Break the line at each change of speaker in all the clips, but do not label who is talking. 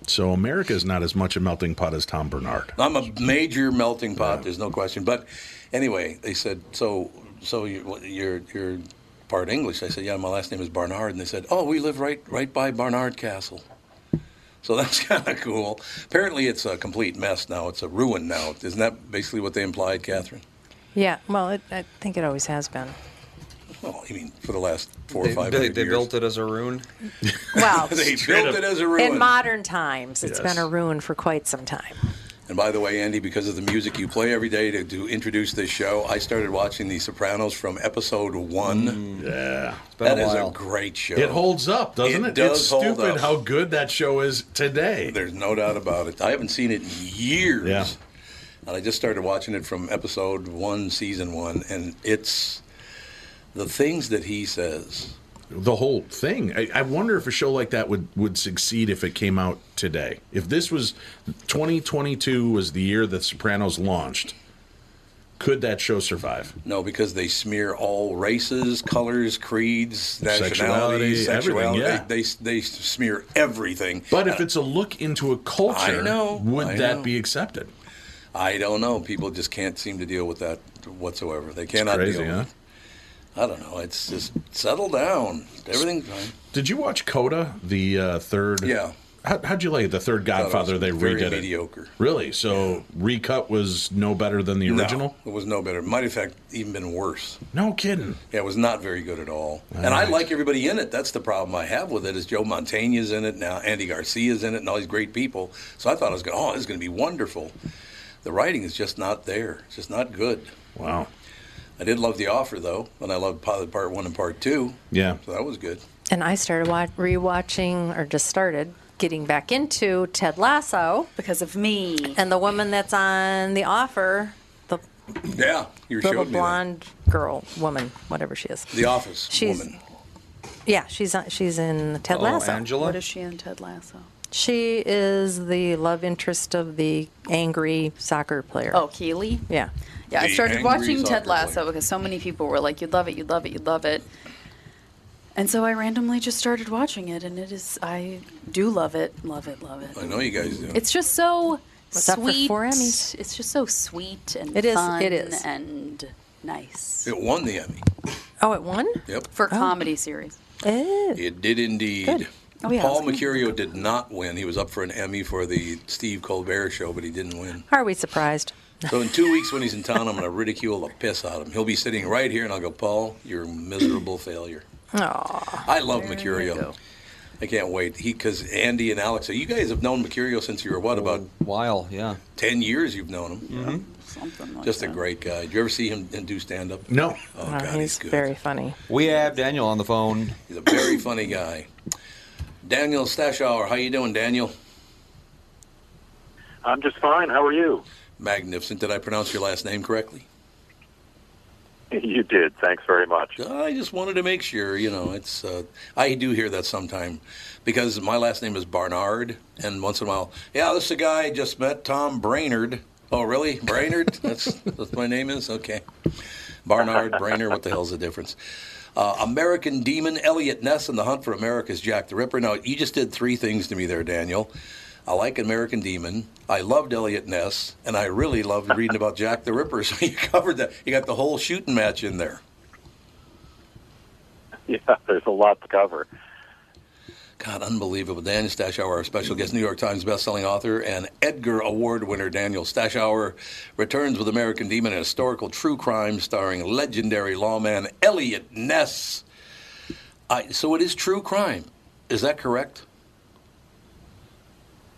So America is not as much a melting pot as Tom Bernard.
I'm a major melting pot. There's no question. But anyway, they said, "So, so you, you're you're part English?" I said, "Yeah, my last name is Barnard." And they said, "Oh, we live right right by Barnard Castle." So that's kind of cool. Apparently, it's a complete mess now. It's a ruin now. Isn't that basically what they implied, Catherine?
Yeah, well, it, I think it always has been.
Well, I mean, for the last four
They,
or five
they,
hundred
they
years,
built it as a rune.
Well,
They built it as a ruin.
in modern times, it's
Yes.
been a ruin for quite some time.
And by the way, Andy, because of the music you play every day to, to introduce this show, I started watching The Sopranos from episode one.
Mm. Yeah.
Been
That
a
is a
while.
great show.
It holds up, doesn't
It
it?
does
it's
hold
stupid
up.
how good that show is today.
There's no doubt about it. I haven't seen it in years.
Yeah.
And I just started watching it from episode one, season one, and it's the things that he says.
the whole thing. I, I wonder if a show like that would would succeed if it came out today. If this was 2022 was the year that Sopranos launched, Could that show survive?
No, because they smear all races, colors, creeds, nationalities,
Sexuality, everything,
sexuality.
yeah.
They, they they smear everything.
But if it's a look into a culture,
I know,
would
I
that
know.
be accepted?
I don't know. People just can't seem to deal with that whatsoever. They cannot
Crazy,
deal.
huh?
with it. I don't know. It's just settle down. Everything's fine.
Did you watch Coda, the uh, third?
Yeah.
How, how'd you like it? the third
it was
Godfather? They
very
redid
mediocre.
it. Really? So recut was no better than the original?
No, it was no better. Might in fact even been worse.
No, kidding.
Yeah, it was not very good at all. and I
right.
like everybody in it. That's the problem I have with it is Joe Montana's in it now, Andy Garcia's in it, and all these great people. So I thought I was going, oh, this is going to be wonderful. The writing is just not there. It's just not good.
Wow.
I did love the offer though, and I loved part part one and part two.
Yeah.
so that was good.
And I started wa- rewatching, or just started getting back into Ted Lasso,
because of me.
and the woman that's on The Offer, the
Yeah, you
little
showed me that.
blonde girl, woman, whatever she is.
The Office
She's-
woman.
Yeah, she's on, she's in Ted
Oh,
Lasso.
Angela.
What is she on Ted Lasso?
She is the love interest of the angry soccer player.
Oh, Keely.
yeah.
Yeah, I
The
started
angry
watching
soccer
Ted Lasso
player.
because so many people were like, "You'd love it, you'd love it, you'd love it," and so I randomly just started watching it, and it is I do love it, love it, love
I
it.
know you guys do.
It's just so
What's up for
sweet.
four Emmys?
It's just so sweet and
It is,
fun
it is.
and nice
it won the Emmy.
Oh, it won?
Yep,
for comedy series.
Eh,
it did indeed.
Good.
Oh, yeah, I
Paul
was gonna-
Mercurio did not win. He was up for an Emmy for the Steve Colbert Show, but he didn't win.
Are we surprised?
So in two weeks, when he's in town, I'm going to ridicule the piss out of him. He'll be sitting right here, and I'll go, Paul, you're a miserable failure. I love Mercurio.
go.
I can't wait. He because Andy and Alex, you guys have known Mercurio since you were what about
Mm.
While, yeah.
ten years? You've known him.
Mm-hmm.
Something like
Just a
that.
great guy. Did you ever see him do stand up?
No.
Oh,
Oh,
God, he's,
he's
good.
very funny.
We have Daniel on the phone.
He's a very funny guy. Daniel Stashauer, how you doing, Daniel?
I'm just fine. How are you?
Magnificent. Did I pronounce your last name correctly?
You did. Thanks very much.
I just wanted to make sure. You know, it's uh, I do hear that sometime because my last name is Barnard, and once in a while, yeah, this is a guy I just met, Tom Brainerd. Oh, really, Brainerd? That's that's my name is okay. Barnard Brainerd. What the hell's the difference? Uh, American Demon, Elliot Ness, and the Hunt for America's Jack the Ripper. Now, you just did three things to me there, Daniel. I like American Demon. I loved Elliot Ness, and I really loved reading about Jack the Ripper. So you covered that. You got the whole shooting match in there.
Yeah, there's a lot to cover.
God, unbelievable. Daniel Stashauer, our special guest, New York Times bestselling author and Edgar Award winner Daniel Stashauer, returns with American Demon, a historical true crime starring legendary lawman Elliot Ness. I, so it is true crime. Is that correct?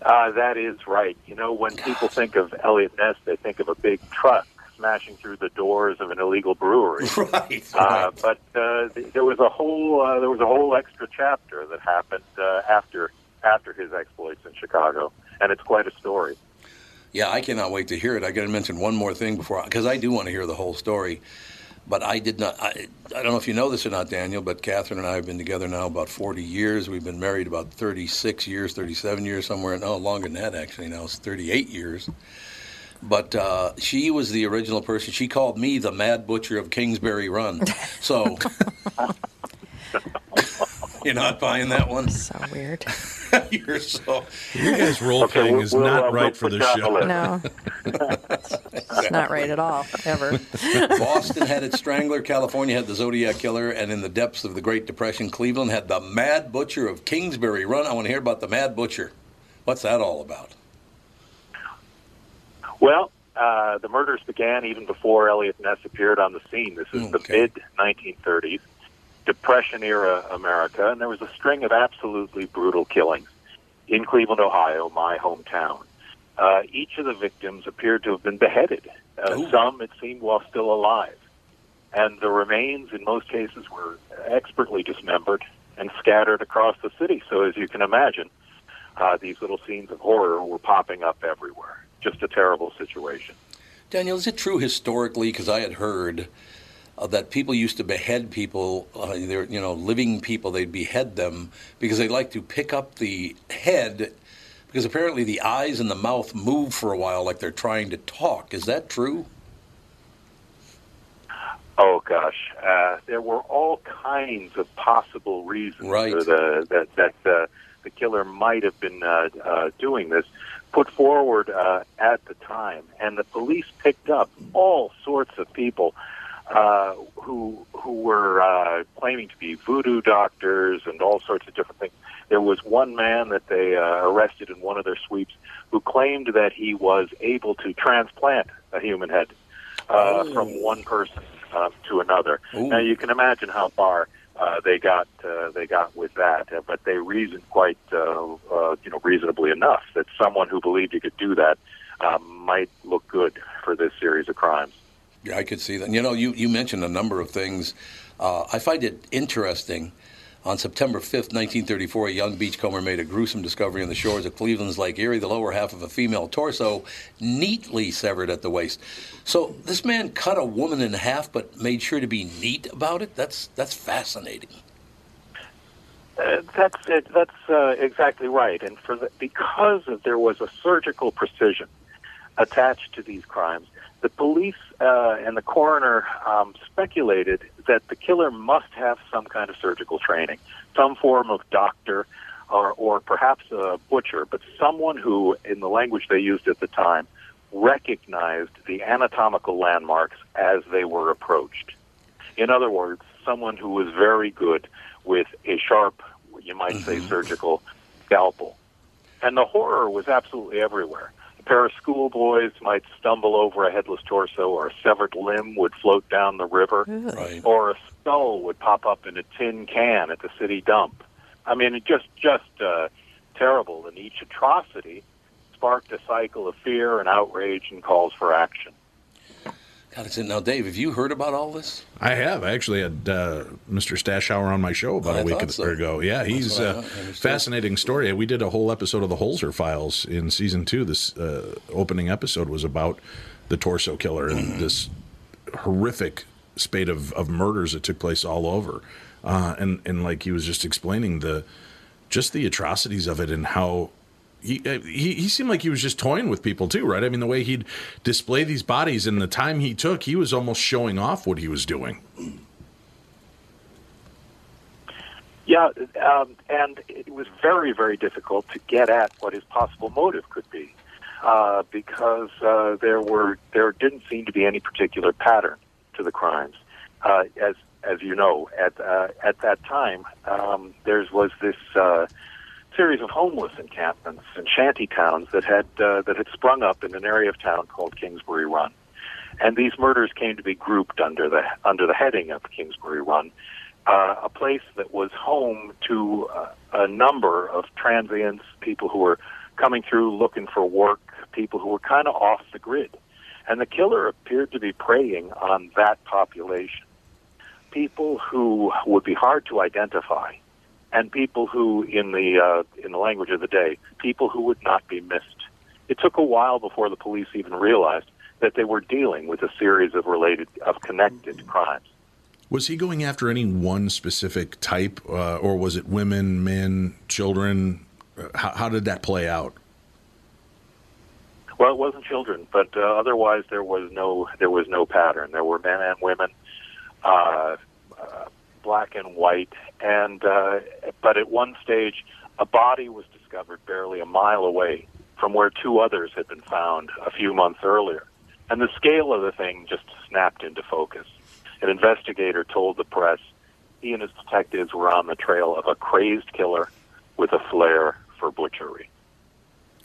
Uh, that is right. You know, when people think of Elliot Ness, they think of a big truck smashing through the doors of an illegal brewery.
Right.
Uh, but uh, th- there was a whole uh, there was a whole extra chapter that happened uh, after after his exploits in Chicago, and it's quite a story.
Yeah, I cannot wait to hear it. I got to mention one more thing before, because I do want to hear the whole story. But I did not. I, I don't know if you know this or not, Daniel. But Catherine and I have been together now about 40 years. We've been married about 36 years, 37 years, somewhere. No, longer than that actually. Now it's 38 years. But uh, she was the original person. She called me the Mad Butcher of Kingsbury Run. So you're not buying that one.
So weird.
you're so.
You guys role
Okay,
playing
we'll-
is
we'll,
not
uh,
right
we'll
for
put
this
you on the
show.
list.
No, it's not right at all, ever.
Boston had its Strangler, California had the Zodiac Killer, and in the depths of the Great Depression, Cleveland had the Mad Butcher of Kingsbury Run. I want to hear about the Mad Butcher. What's that all about?
Well, uh, the murders began even before Elliot Ness appeared on the scene. This is
Okay.
the mid 1930s, Depression era America, and there was a string of absolutely brutal killings in Cleveland, Ohio, my hometown. Uh, each of the victims appeared to have been beheaded, uh,
Ooh.
some, it seemed, while still alive. And the remains, in most cases, were expertly dismembered and scattered across the city. So, as you can imagine, uh, these little scenes of horror were popping up everywhere. Just a terrible situation.
Daniel, is it true historically? Because I had heard uh, that people used to behead people, uh, they're, you know, living people, they'd behead them because they like to pick up the head because apparently the eyes and the mouth move for a while like they're trying to talk. Is that true?
Oh gosh, uh, there were all kinds of possible reasons
Right.
for the, that that uh, the killer might have been uh, uh, doing this put forward uh, at the time, and the police picked up all sorts of people uh, who who were uh, claiming to be voodoo doctors and all sorts of different things. There was one man that they uh, arrested in one of their sweeps who claimed that he was able to transplant a human head uh, from one person uh, to another.
Ooh.
Now you can imagine how far uh, they got uh, they got with that, uh, but they reasoned quite uh, uh, you know reasonably enough that someone who believed he could do that uh, might look good for this series of crimes.
Yeah, I could see that. You know, you, you mentioned a number of things. Uh, I find it interesting. On September 5th, 1934, a young beachcomber made a gruesome discovery on the shores of Cleveland's Lake Erie, the lower half of a female torso neatly severed at the waist. So this man cut a woman in half but made sure to be neat about it? That's, that's fascinating.
Uh, that's it. That's uh, exactly right. And for the, because of, there was a surgical precision attached to these crimes, the police uh, and the coroner um, speculated that the killer must have some kind of surgical training, some form of doctor, or, or perhaps a butcher, but someone who, in the language they used at the time, recognized the anatomical landmarks as they were approached. In other words, someone who was very good with a sharp, you might say, surgical scalpel. And the horror was absolutely everywhere. A pair of schoolboys might stumble over a headless torso, or a severed limb would float down the river,
Right.
or a skull would pop up in a tin can at the city dump. I mean, it just just uh, terrible. And each atrocity sparked a cycle of fear and outrage and calls for action.
God, it's in. Now, Dave, have you heard about all this?
I have I actually had uh, Mr. Stash Hour on my show about
I
a week
thought so.
ago. Yeah, he's
what I
a
thought. I understood.
fascinating story. We did a whole episode of the Holzer Files in season two. This uh, opening episode was about the torso killer
Mm-hmm.
and this horrific spate of, of murders that took place all over. Uh, and and like he was just explaining the just the atrocities of it and how he, uh, he he seemed like he was just toying with people too, right? I mean, the way he'd display these bodies and the time he took, he was almost showing off what he was doing.
Yeah, um, and it was very, very difficult to get at what his possible motive could be, uh, because uh, there were there didn't seem to be any particular pattern to the crimes. Uh, as as you know, at uh, at that time, um, there was this uh, series of homeless encampments and shanty towns that had uh, that had sprung up in an area of town called Kingsbury Run, and these murders came to be grouped under the under the heading of Kingsbury Run uh, a place that was home to uh, a number of transients, people who were coming through looking for work, people who were kind of off the grid. And the killer appeared to be preying on that population. People who would be hard to identify, and people who, in the uh, in the language of the day, people who would not be missed. It took a while before the police even realized that they were dealing with a series of related, of connected crimes.
Was he going after any one specific type, uh, or was it women, men, children? Uh, How, how did that play out?
Well, it wasn't children, but uh, otherwise there was no there was no pattern. There were men and women, uh, uh, black and white, and uh, but at one stage, a body was discovered barely a mile away from where two others had been found a few months earlier, and the scale of the thing just snapped into focus. An investigator told the press he and his detectives were on the trail of a crazed killer with a flair for butchery.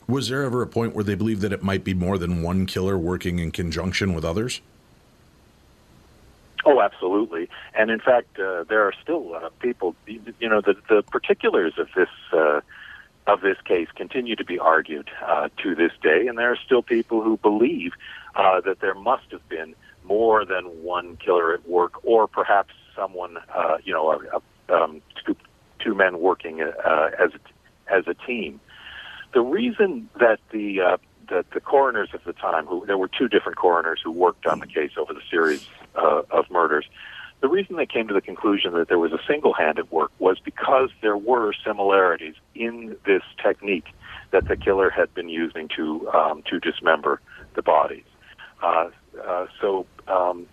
Was there ever a point where they believed that it might be more than one killer working in conjunction with others?
Oh, absolutely. And in fact, uh, there are still uh, people. You you know, the, the particulars of this uh, of this case continue to be argued uh, to this day, and there are still people who believe uh, that there must have been more than one killer at work, or perhaps someone, uh, you know, a, a, um, two, two men working uh, as as a team. The reason that the uh, that the coroners of the time, who there were two different coroners who worked on the case over the series uh, of murders, the reason they came to the conclusion that there was a single hand at work was because there were similarities in this technique that the killer had been using to um, to dismember the bodies. Uh, uh, so um,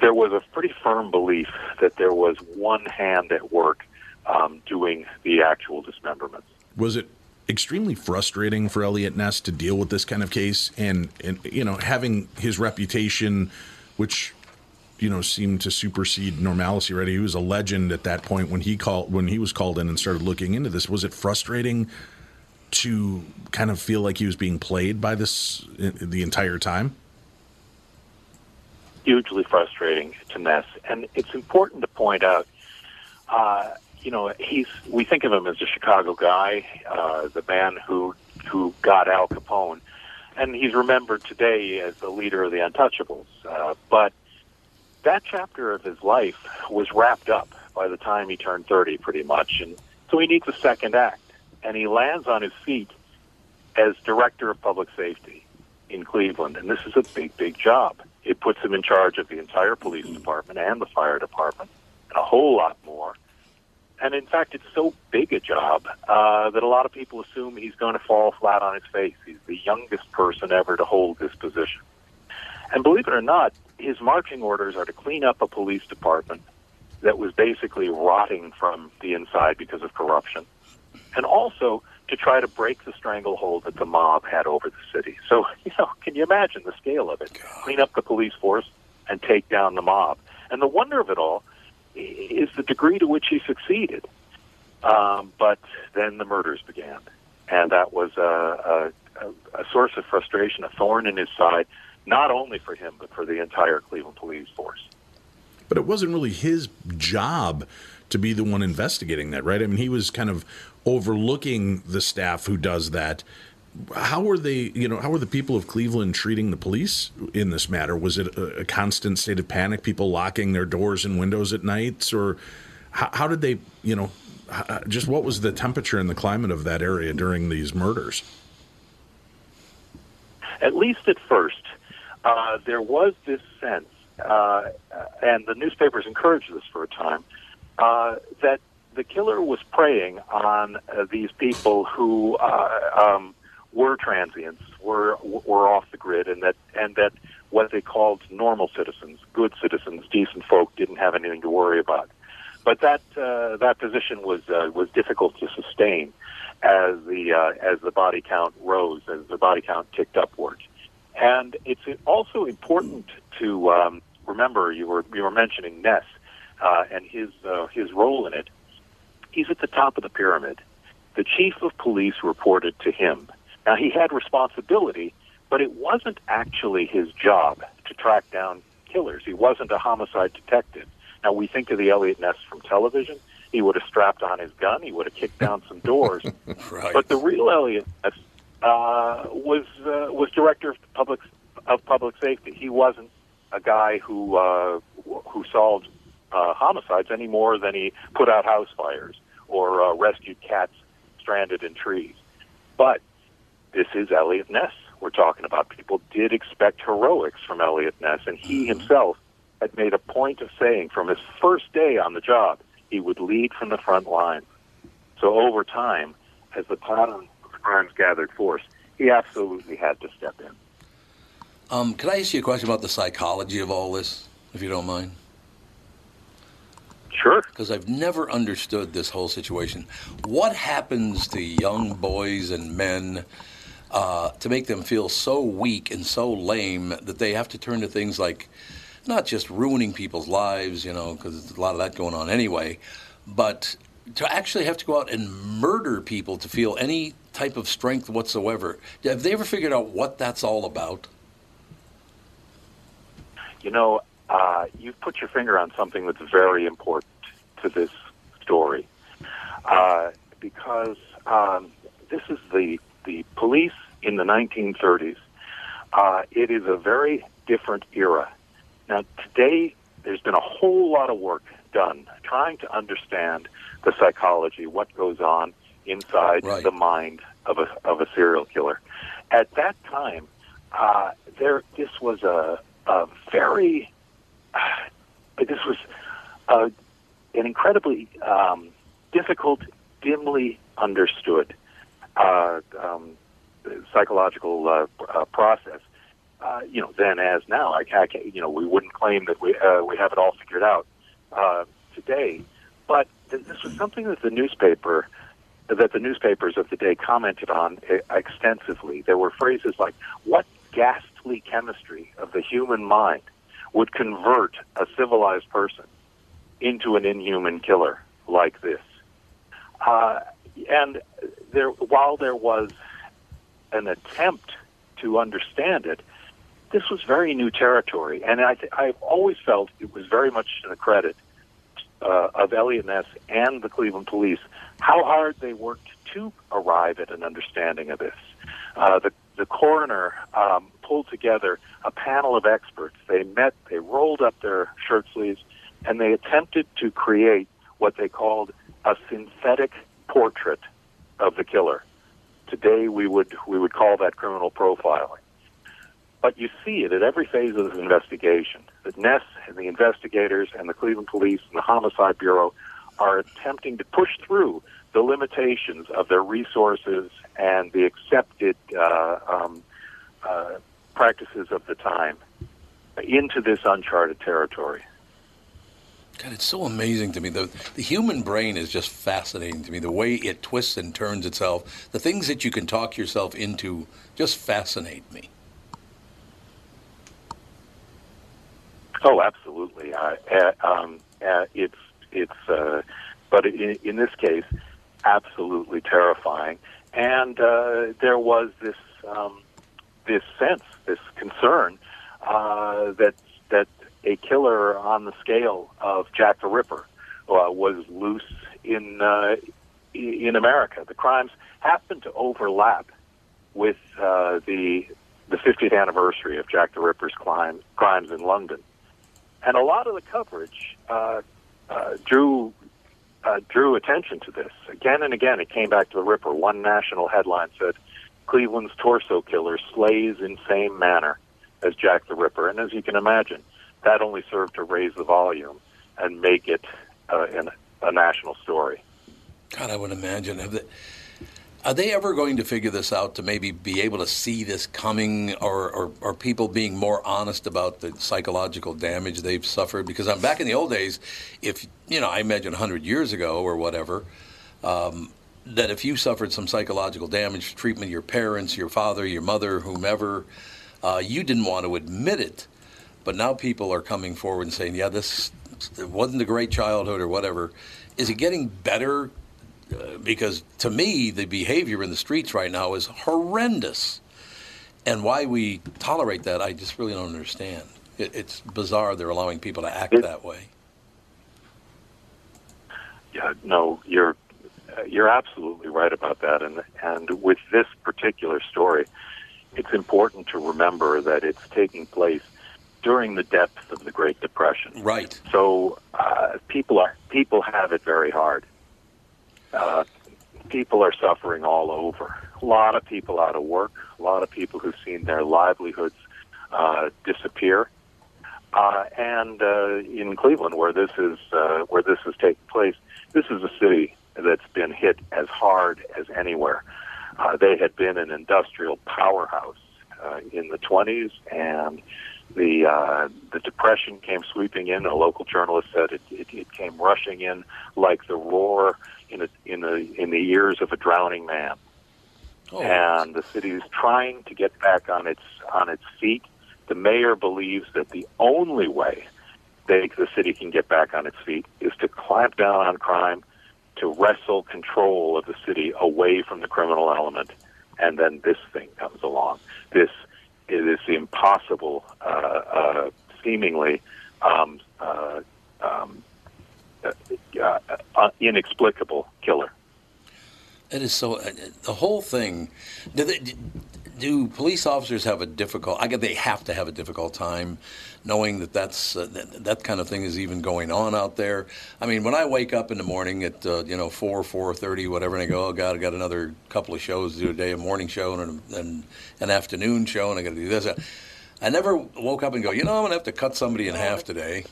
there was a pretty firm belief that there was one hand at work um, doing the actual dismemberments.
was it extremely frustrating for Elliot Ness to deal with this kind of case and and you know having his reputation which you know seemed to supersede normalcy already he was a legend at that point when he called when he was called in and started looking into this was it frustrating to kind of feel like he was being played by this i- the entire time
hugely frustrating to Ness. And it's important to point out, uh, you know, he's we think of him as a Chicago guy, uh, the man who who got Al Capone, and he's remembered today as the leader of the Untouchables. Uh, but that chapter of his life was wrapped up by the time he turned thirty, pretty much, and so he needs a second act. And he lands on his feet as director of public safety in Cleveland, and this is a big, big job. It puts him in charge of the entire police department and the fire department, and a whole lot more. And in fact, it's so big a job uh, that a lot of people assume he's going to fall flat on his face. He's the youngest person ever to hold this position. And believe it or not, his marching orders are to clean up a police department that was basically rotting from the inside because of corruption and also to try to break the stranglehold that the mob had over the city. So, you know, can you imagine the scale of it? Clean up the police force and take down the mob. And the wonder of it all i- is the degree to which he succeeded. Um, but then the murders began, and that was a, a, a- a source of frustration, a thorn in his side, not only for him but for the entire Cleveland police force.
But it wasn't really his job to be the one investigating that, right? I mean, he was kind of overlooking the staff who does that. How were they, you know, how were the people of Cleveland treating the police in this matter? Was it a, a constant state of panic, people locking their doors and windows at nights? Or how, how did they, you know, h- h- just what was the temperature and the climate of that area during these murders?
at least at first, uh, there was this sense, uh, and the newspapers encouraged this for a time, uh, that the killer was preying on uh, these people who uh, um, were transients, were were off the grid, and that and that what they called normal citizens, good citizens, decent folk, didn't have anything to worry about. But that uh, that position was uh, was difficult to sustain as the uh, as the body count rose, as the body count ticked upwards. And it's also important to um, remember you were you were mentioning Ness uh, and his uh, his role in it. He's at the top of the pyramid. The chief of police reported to him. Now he had responsibility, but it wasn't actually his job to track down killers. He wasn't a homicide detective. Now we think of the Elliot Ness from television. He would have strapped on his gun. He would have kicked down some doors.
Right.
But the real Elliot Ness uh, was uh, was director of public of public safety. He wasn't a guy who uh, wh- who solved uh, homicides any more than he put out house fires or uh, rescued cats stranded in trees. But this is Elliot Ness we're talking about. People did expect heroics from Elliot Ness, and he himself had made a point of saying from his first day on the job he would lead from the front line. So over time, as the pattern of crimes gathered force, he absolutely had to step in.
Um, can I ask you a question about the psychology of all this, if you don't mind?
Sure.
because I've never understood this whole situation. What happens to young boys and men uh, to make them feel so weak and so lame that they have to turn to things like not just ruining people's lives, you know, because there's a lot of that going on anyway, but to actually have to go out and murder people to feel any type of strength whatsoever. Have they ever figured out what that's all about?
You know, uh, you've put your finger on something that's very important to this story, uh, because um, this is the the police in the 1930s. Uh, it is a very different era. Now, today, there's been a whole lot of work done trying to understand the psychology, what goes on inside
Right.
the mind of a of a serial killer. At that time, uh, there this was a a very but this was uh, an incredibly um, difficult, dimly understood uh, um, psychological uh, pr- uh, process. uh, you know, then as now, I, I can't, you know, we wouldn't claim that we uh, we have it all figured out uh, today. But th- this was something that the newspaper, that the newspapers of the day commented on e- extensively. There were phrases like, "What ghastly chemistry of the human mind would convert a civilized person into an inhuman killer like this?" Uh, and there, while there was an attempt to understand it, this was very new territory. And I th- I've always felt it was very much to the credit uh, of Elliot Ness and the Cleveland police how hard they worked to arrive at an understanding of this. Uh, the, the coroner um, pulled together a panel of experts. They met, they rolled up their shirt sleeves, and they attempted to create what they called a synthetic portrait of the killer today we would we would call that criminal profiling. But you see it at every phase of this investigation that Ness and the investigators and the Cleveland Police and the Homicide Bureau are attempting to push through the limitations of their resources and the accepted uh, um, uh, practices of the time into this uncharted territory.
God, it's so amazing to me. The, the human brain is just fascinating to me. The way it twists and turns itself, the things that you can talk yourself into just fascinate me.
Oh, absolutely. Uh, uh, um, uh, it's it's, uh, but in, in this case, absolutely terrifying. And uh, there was this um, this sense, this concern uh, that that a killer on the scale of Jack the Ripper uh, was loose in uh, i- in America. The crimes happened to overlap with uh, the the 50th anniversary of Jack the Ripper's crime, crimes in London and a lot of the coverage uh, uh, drew uh, drew attention to this again and again. It came back to the Ripper. One national headline said, "Cleveland's torso killer slays in same manner as Jack the Ripper," and as you can imagine, that only served to raise the volume and make it uh, an, a national story.
God, I would imagine. Have they, are they ever going to figure this out to maybe be able to see this coming or, or, or people being more honest about the psychological damage they've suffered? Because I'm back in the old days, if, you know, I imagine 100 years ago or whatever, um, that if you suffered some psychological damage, treatment of your parents, your father, your mother, whomever, uh, you didn't want to admit it. But now people are coming forward and saying, yeah, this wasn't a great childhood or whatever. Is it getting better? Uh, because to me, the behavior in the streets right now is horrendous. And why we tolerate that, I just really don't understand. It, it's bizarre they're allowing people to act that way.
Yeah, no, you're uh, you're absolutely right about that, and and with this particular story, it's important to remember that it's taking place during the depths of the Great Depression.
Right.
So uh, people are people have it very hard. Uh, people are suffering all over. A lot of people out of work. A lot of people who've seen their livelihoods uh, disappear. Uh, and uh, in Cleveland, where this is uh, where this is taking place, this is a city that's been hit as hard as anywhere. Uh, they had been an industrial powerhouse uh, in the 20s, and the uh, the depression came sweeping in. A local journalist said it, it, it came rushing in like the roar in a, in a, in the ears of a drowning man.
Oh,
And the city is trying to get back on its on its feet. The mayor believes that the only way they, the city can get back on its feet is to clamp down on crime, to wrestle control of the city away from the criminal element, and then this thing comes along. This it is the impossible, uh, uh, seemingly um, uh, um, uh, uh, uh, inexplicable killer.
It is so. uh, The whole thing. Do, they, do police officers have a difficult? I guess they have to have a difficult time, knowing that that's uh, that, that kind of thing is even going on out there. I mean, when I wake up in the morning at uh, you know four four thirty whatever, and I go, oh God, I got another couple of shows to do today—a morning show and, a- and an afternoon show, and I got to do this. I never woke up and go, you know, I'm gonna have to cut somebody in half today.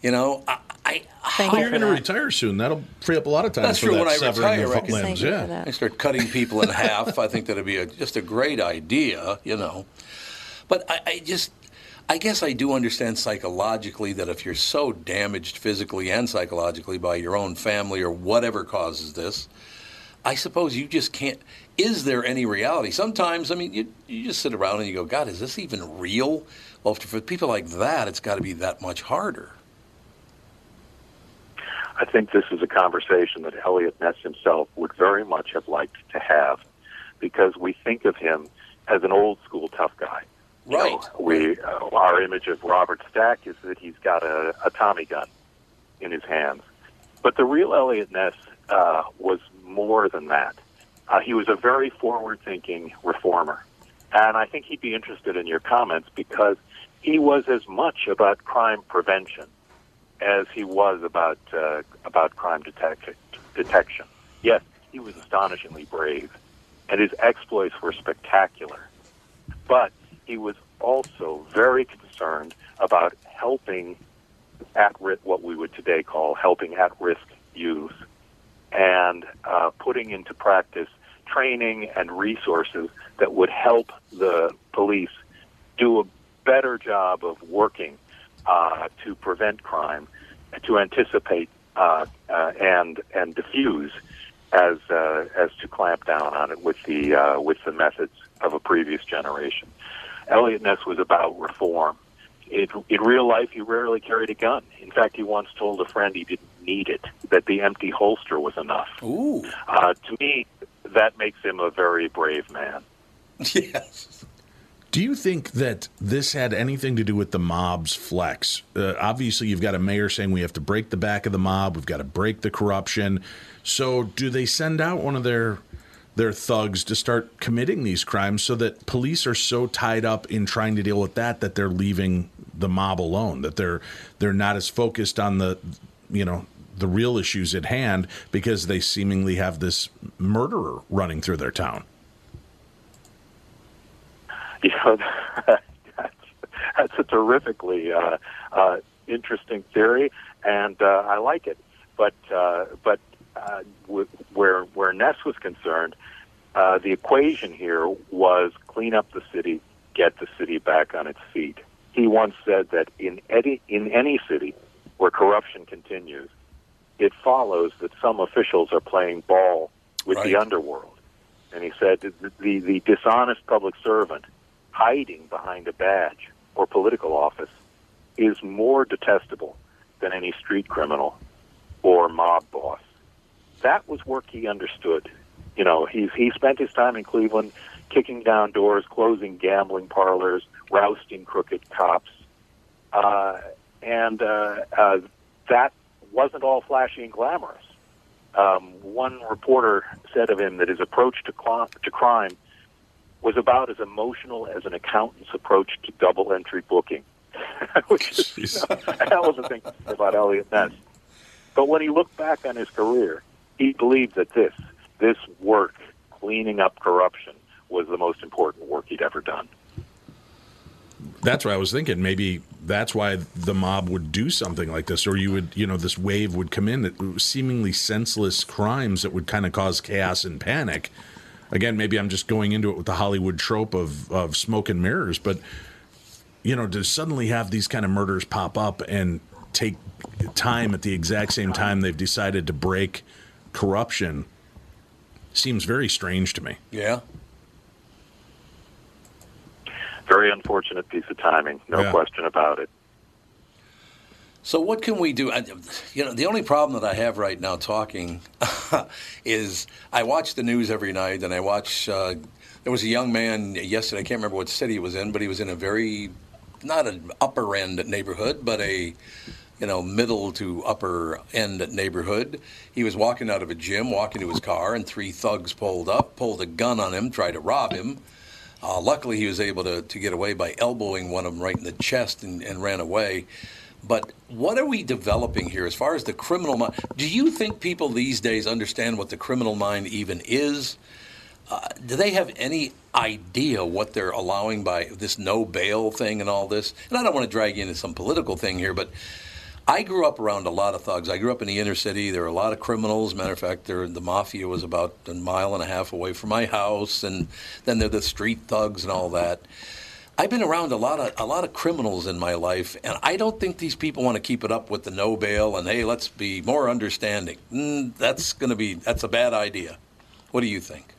You know, I, I
Thank
Well,
you for
Oh, you're going to
that.
retire soon. That'll free up a lot of time
That's
for
true,
that
when I
severing
retire,
of
I
foot
guess.
limbs.
Thank you
yeah.
for that.
I start cutting people in half. I think that'd be a, just a great idea, you know. But I, I just, I guess I do understand psychologically that if you're so damaged physically and psychologically by your own family or whatever causes this, I suppose you just can't. Is there any reality? Sometimes, I mean, you, you just sit around and you go, God, is this even real? Well, for people like that, it's got to be that much harder.
I think this is a conversation that Elliot Ness himself would very much have liked to have because we think of him as an old school tough guy. You know,
Right.
we uh, our image of Robert Stack is that he's got a, a Tommy gun in his hands, but the real Elliot Ness uh, was more than that. Uh, he was a very forward-thinking reformer, and I think he'd be interested in your comments because he was as much about crime prevention as he was about uh, about crime detection. Detection. Yes, he was astonishingly brave, and his exploits were spectacular but he was also very concerned about helping at risk, what we would today call helping at risk youth, and uh, putting into practice training and resources that would help the police do a better job of working uh, to prevent crime, to anticipate uh, uh, and and diffuse as uh, as to clamp down on it with the uh, with the methods of a previous generation. Elliot Ness was about reform. It, in real life, he rarely carried a gun. In fact, he once told a friend he didn't need it; that the empty holster was enough.
Ooh.
Uh, to me, that makes him a very brave man.
Yes.
Do you think that this had anything to do with the mob's flex? Uh, obviously, you've got a mayor saying we have to break the back of the mob, we've got to break the corruption. So, do they send out one of their their thugs to start committing these crimes so that police are so tied up in trying to deal with that that they're leaving the mob alone, that they're they're not as focused on the you know the real issues at hand because they seemingly have this murderer running through their town.
you know, that's, that's a terrifically uh, uh, interesting theory, and uh, I like it. But uh, but uh, w- where where Ness was concerned, uh, the equation here was clean up the city, get the city back on its feet. He once said that in any in any city where corruption continues, it follows that some officials are playing ball with the
Right.
underworld. And he said that the, the dishonest public servant hiding behind a badge or political office is more detestable than any street criminal or mob boss. That was work he understood. You know, he's, he spent his time in Cleveland kicking down doors, closing gambling parlors, rousting crooked cops. Uh, and uh, uh, that wasn't all flashy and glamorous. Um, one reporter said of him that his approach to, cl- to crime was about as emotional as an accountant's approach to double entry booking, which is you know, a hell of a thing to say about Elliot Ness. But when he looked back on his career, he believed that this, this work, cleaning up corruption, was the most important work he'd ever done.
that's what I was thinking. Maybe that's why the mob would do something like this, or you would, you know, this wave would come in that seemingly senseless crimes that would kind of cause chaos and panic. Again, maybe I'm just going into it with the Hollywood trope of of smoke and mirrors, but you know, to suddenly have these kind of murders pop up and take time at the exact same time they've decided to break corruption seems very strange to me.
Yeah.
Very unfortunate piece of timing, no
Yeah.
question about it.
So what can we do? I, you know, the only problem that I have right now talking is I watch the news every night, and I watch. Uh, there was a young man yesterday. I can't remember what city he was in, but he was in a very, not an upper end neighborhood, but a, you know, middle to upper end neighborhood. He was walking out of a gym, walking to his car, and three thugs pulled up, pulled a gun on him, tried to rob him. Uh, luckily, he was able to, to get away by elbowing one of them right in the chest and, and ran away. But what are we developing here as far as the criminal mind? Do you think people these days understand what the criminal mind even is? Uh, do they have any idea what they're allowing by this no bail thing and all this? And I don't want to drag you into some political thing here, but I grew up around a lot of thugs. I grew up in the inner city. There were a lot of criminals. Matter of fact, there, the mafia was about a mile and a half away from my house, and then there the street thugs and all that. I've been around a lot of a lot of criminals in my life, and I don't think these people want to keep it up with the no bail and hey, let's be more understanding. Mm, that's going to be that's a bad idea. What do you think?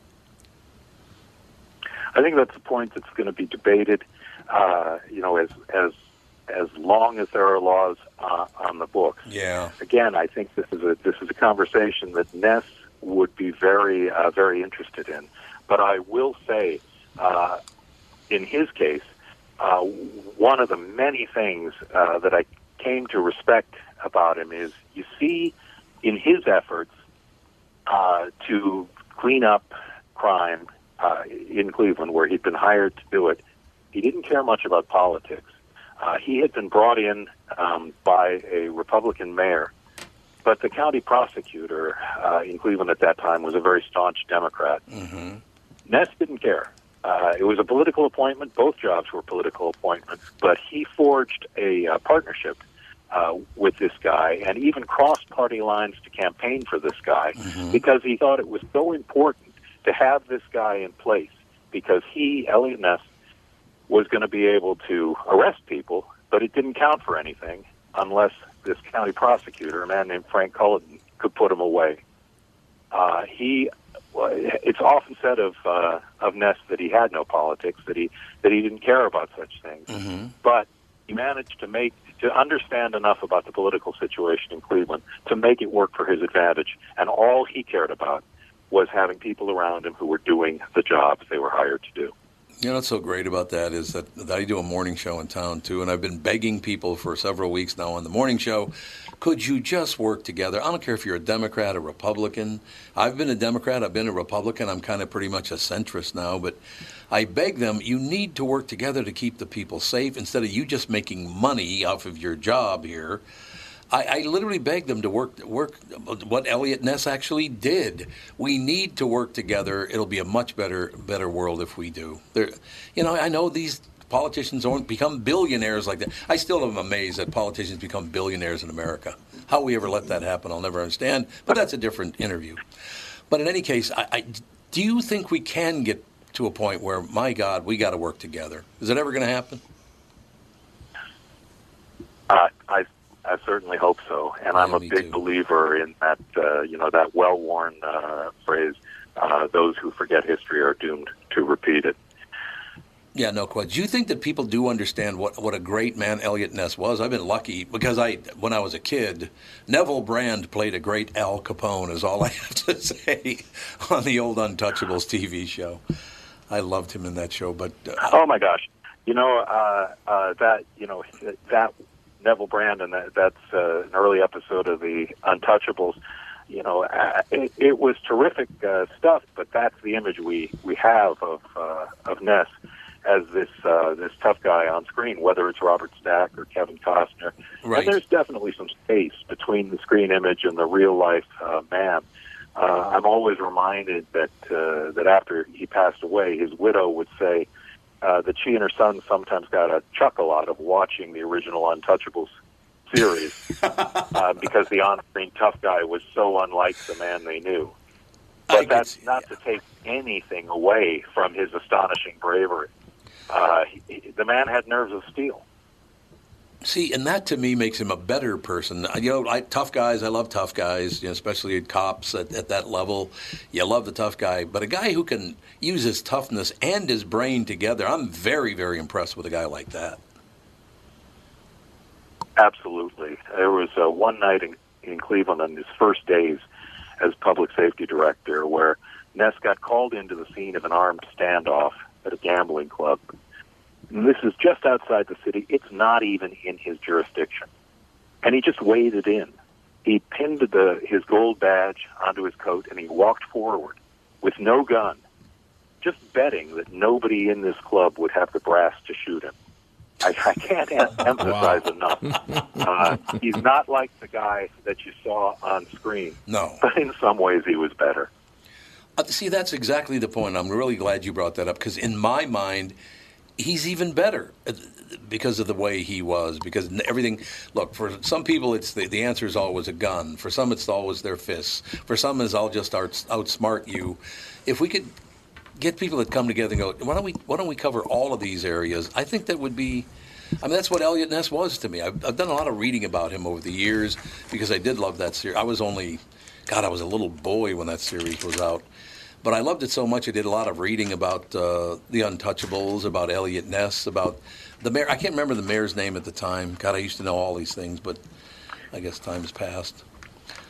I think that's a point that's going to be debated. Uh, you know, as as as long as there are laws uh, on the books.
Yeah.
Again, I think this is a this is a conversation that Ness would be very uh, very interested in. But I will say, uh, in his case, uh, one of the many things uh, that I came to respect about him is you see in his efforts uh, to clean up crime uh, in Cleveland, where he'd been hired to do it, he didn't care much about politics. Uh, he had been brought in um, by a Republican mayor, but the county prosecutor uh, in Cleveland at that time was a very staunch Democrat. Ness didn't care. Uh, it was a political appointment. Both jobs were political appointments, but he forged a uh, partnership uh, with this guy and even crossed party lines to campaign for this guy because he thought it was so important to have this guy in place because he, Elliot Ness, was going to be able to arrest people, but it didn't count for anything unless this county prosecutor, a man named Frank Culloden, could put him away. Uh, he, well, it's often said of uh, of Ness that he had no politics, that he that he didn't care about such things, but he managed to make to understand enough about the political situation in Cleveland to make it work for his advantage, and all he cared about was having people around him who were doing the jobs they were hired to do.
You know what's so great about that is that I do a morning show in town too, and I've been begging people for several weeks now on the morning show, could you just work together? I don't care if you're a Democrat or Republican. I've been a Democrat, I've been a Republican, I'm kind of pretty much a centrist now, but I beg them, you need to work together to keep the people safe instead of you just making money off of your job here. I, I literally begged them to work work what Elliot Ness actually did. We need to work together. It'll be a much better better world if we do. There, you know, I know these politicians don't become billionaires like that. I still am amazed that politicians become billionaires in America. How we ever let that happen, I'll never understand. But that's a different interview. But in any case, I, I do you think we can get to a point where, my God, we got to work together? Is it ever going to happen?
Uh, I I certainly hope so, and I'm
Yeah,
a
me
big
too.
believer in that uh, you know that well-worn uh, phrase: uh, "Those who forget history are doomed to repeat it."
Yeah, no question. Do you think that people do understand what, what a great man Elliot Ness was? I've been lucky because I, when I was a kid, Neville Brand played a great Al Capone, is all I have to say on the old Untouchables TV show. I loved him in that show, but uh,
Oh my gosh! You know uh, uh, that you know that Neville Brandon. That, that's uh, an early episode of the Untouchables. You know, uh, it, it was terrific uh, stuff, but that's the image we we have of uh, of Ness as this uh, this tough guy on screen, whether it's Robert Stack or Kevin Costner.
Right.
And there's definitely some space between the screen image and the real life uh, man. Uh, I'm always reminded that uh, that after he passed away, his widow would say, uh, that she and her son sometimes got a chuckle out of watching the original Untouchables series uh, because the on-screen tough guy was so unlike the man they knew.
I
But
could
that's
see-
not to take anything away from his astonishing bravery. Uh, he- he, the man had nerves of steel.
See, and that to me makes him a better person. You know, I, tough guys, I love tough guys, you know, especially cops at, at that level. You love the tough guy, but a guy who can use his toughness and his brain together, I'm very, very impressed with a guy like that.
Absolutely. There was uh, one night in, in Cleveland on his first days as public safety director where Ness got called into the scene of an armed standoff at a gambling club. And this is just outside the city. It's not even in his jurisdiction. And he just waded in. He pinned the, his gold badge onto his coat and he walked forward with no gun, just betting that nobody in this club would have the brass to shoot him. I, I can't em- emphasize enough. Uh, he's not like the guy that you saw on screen,
No.
but in some ways he was better.
Uh, See, that's exactly the point. I'm really glad you brought that up because, in my mind, he's even better uh, because of the way he was. Because n- everything, look, for some people, it's the, the answer is always a gun. For some, it's always their fists. For some, is I'll just out, outsmart you. If we could get people that come together and go, why don't we why don't we cover all of these areas? I think that would be. I mean, that's what Elliot Ness was to me. I've, I've done a lot of reading about him over the years because I did love that series. I was only, God, I was a little boy when that series was out. But I loved it so much. I did a lot of reading about uh, the Untouchables, about Elliot Ness, about the mayor. I can't remember the mayor's name at the time. God, I used to know all these things, but I guess time's passed.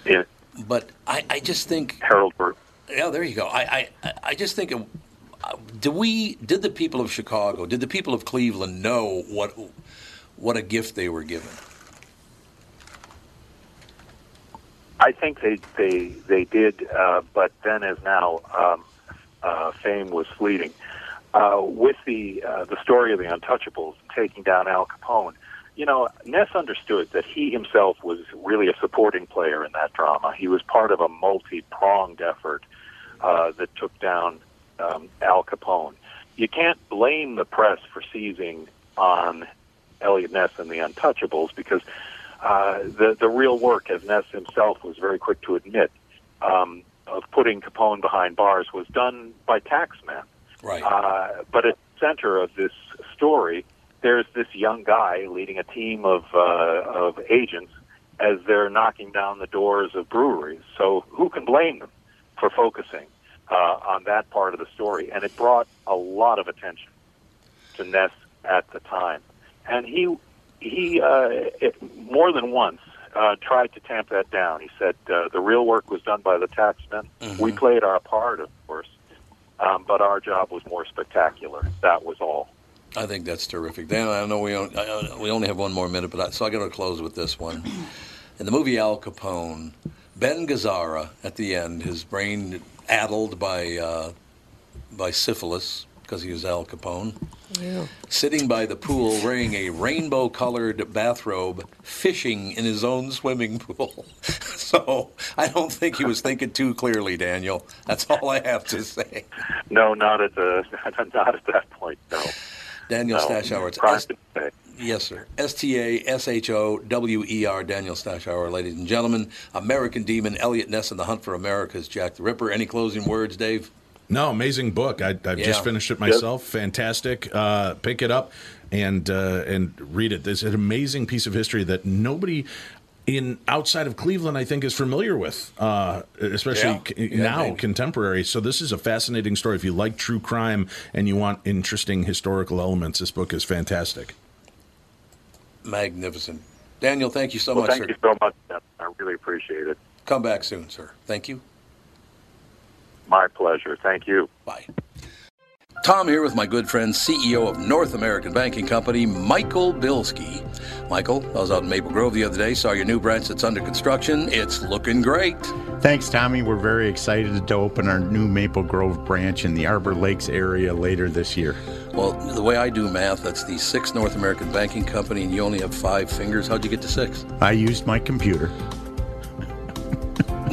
Yeah,
But I, I just think
Harold Burt.
yeah, there you go. I, I, I just think, uh, do we, did the people of Chicago, did the people of Cleveland know what, what a gift they were given?
I think they they they did, uh, but then as now, um, uh, fame was fleeting. Uh, with the uh, the story of the Untouchables taking down Al Capone, you know, Ness understood that he himself was really a supporting player in that drama. He was part of a multi-pronged effort uh, that took down um, Al Capone. You can't blame the press for seizing on Elliot Ness and the Untouchables because uh, the the real work, as Ness himself was very quick to admit, um, of putting Capone behind bars was done by taxmen.
Right.
Uh, but at the center of this story, there's this young guy leading a team of uh, of agents as they're knocking down the doors of breweries. So who can blame them for focusing uh, on that part of the story? And it brought a lot of attention to Ness at the time, and he he uh, it, more than once uh, tried to tamp that down. He said uh, the real work was done by the taxmen. We played our part, of course, um, but our job was more spectacular. That was all.
I think that's terrific. Dan, I know we only, I, I- we only have one more minute, but I, so I got to close with this one. In the movie Al Capone, Ben Gazzara at the end, his brain addled by uh, by syphilis because he was Al Capone, sitting by the pool wearing a rainbow-colored bathrobe, fishing in his own swimming pool. so I don't think he was thinking too clearly, Daniel. That's all I have to say.
No, not at the not at that point. No,
Daniel
no.
Stashauer, it's
Prior
S-
to today.
Yes, sir. S T A S H O W E R, Daniel Stashauer, ladies and gentlemen. American Demon, Elliot Ness, and the Hunt for America's Jack the Ripper. Any closing words, Dave?
No, amazing book. I, I've
Yeah.
just finished it myself. Fantastic. Uh, pick it up and uh, and read it. It's an amazing piece of history that nobody in outside of Cleveland, I think, is familiar with, uh, especially
Yeah.
c-
Yeah,
now
maybe.
contemporary. So this is a fascinating story. If you like true crime and you want interesting historical elements, this book is fantastic.
Magnificent. Daniel, thank you so
Well,
much,
thank
sir.
you so much. Dan. I really appreciate it.
Come back soon, sir. Thank you.
My pleasure. Thank you.
Bye. Tom here with my good friend, CEO of North American Banking Company, Michael Bilski. Michael, I was out in Maple Grove the other day, saw your new branch that's under construction. It's looking great.
Thanks, Tommy. We're very excited to open our new Maple Grove branch in the Arbor Lakes area later this year.
Well, the way I do math, that's the sixth North American Banking Company, and you only have five fingers. How'd you get to six?
I used my computer.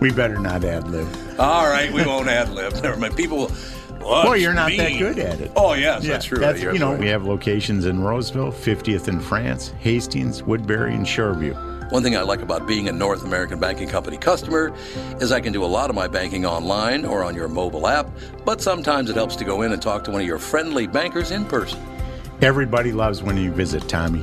we better not ad lib.
All right, we won't ad lib. Never mind. People will.
Well, you're not that good at it.
Oh, yes, that's true. You're
you know,
absolutely
we have locations in Roseville, 50th in France, Hastings, Woodbury, and Shoreview.
One thing I like about being a North American Banking Company customer is I can do a lot of my banking online or on your mobile app, but sometimes it helps to go in and talk to one of your friendly bankers in person.
Everybody loves when you visit, Tommy.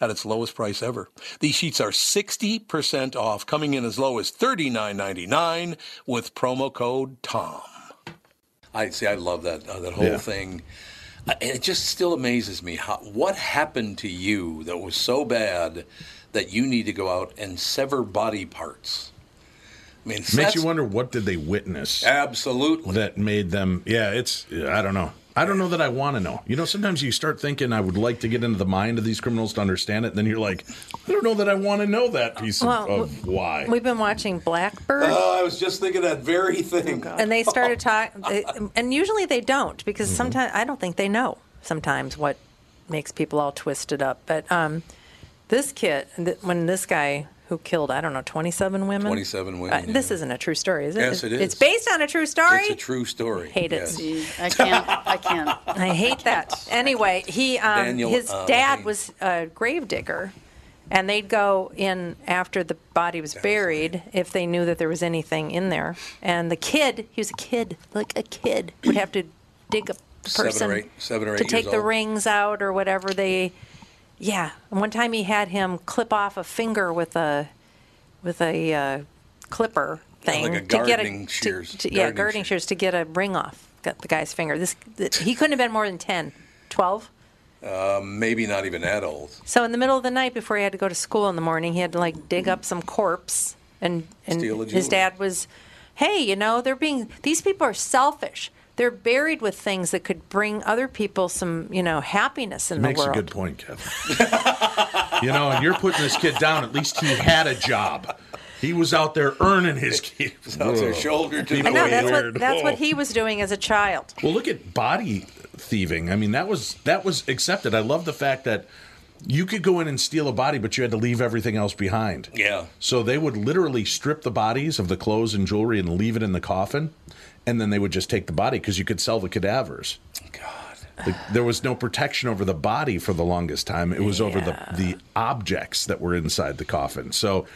at its lowest price ever. These sheets are 60% off, coming in as low as $39.99 with promo code TOM. I see. I love that uh, that whole
Yeah.
thing. I- and it just still amazes me how what happened to you that was so bad that you need to go out and sever body parts. mean,
Makes
that's-
you wonder what did they witness
Absolutely.
that made them. Yeah, it's. I don't know. I don't know that I want to know. You know, sometimes you start thinking I would like to get into the mind of these criminals to understand it, and then you're like, I don't know that I want to know that piece of,
Well,
of why.
We've been watching Blackbird.
Oh, I was just thinking that very thing.
Oh,
Uh,
and they started talking and usually they don't because sometimes i don't think they know sometimes what makes people all twisted up but um, this kid th- when this guy who killed i don't know 27 women
27 women,
Uh, this
yeah.
isn't a true story is it
Yes, it
it's
is.
based on a true story
It's a true story.
Hate it.
Yes.
Jeez, I can't. I can't.
I hate that. Anyway, he um,
Daniel,
his
uh,
dad
Levine.
was a gravedigger, and they'd go in after the body was buried if they knew that there was anything in there. And the kid, he was a kid, like a kid, would have to dig a
Seven or
person
eight- seven or
to
eight
take
years
the
old.
rings out or whatever they. Yeah, and one time he had him clip off a finger with a with a uh, clipper thing
like a
to get a
gardening shears.
To, to- yeah,
Gardening
gardening
shears.
shears to get a ring off got the guy's finger. This th- he couldn't have been more than 10, 12.
Uh, Maybe not even that old.
So in the middle of the night before he had to go to school in the morning, he had to like dig up some corpse and and
Steal a
his
jewelry.
dad was, "Hey, you know, they're being these people are selfish. They're buried with things that could bring other people some, you know, happiness in the
Makes a
world."
good point, Kevin. you know, and you're putting this kid down. At least he had a job. He was out there earning his keep.
Out their shoulder to
I
the
know
Way
that's
weird. Oh.
what that's what
Whoa.
he was doing as a child.
Well, look at body thieving. I mean, that was that was accepted. I love the fact that you could go in and steal a body, but you had to leave everything else behind.
Yeah.
So they would literally strip the bodies of the clothes and jewelry and leave it in the coffin, and then they would just take the body because you could sell the cadavers.
God.
Like, there was no protection over the body for the longest time. It was over the the objects that were inside the coffin. So.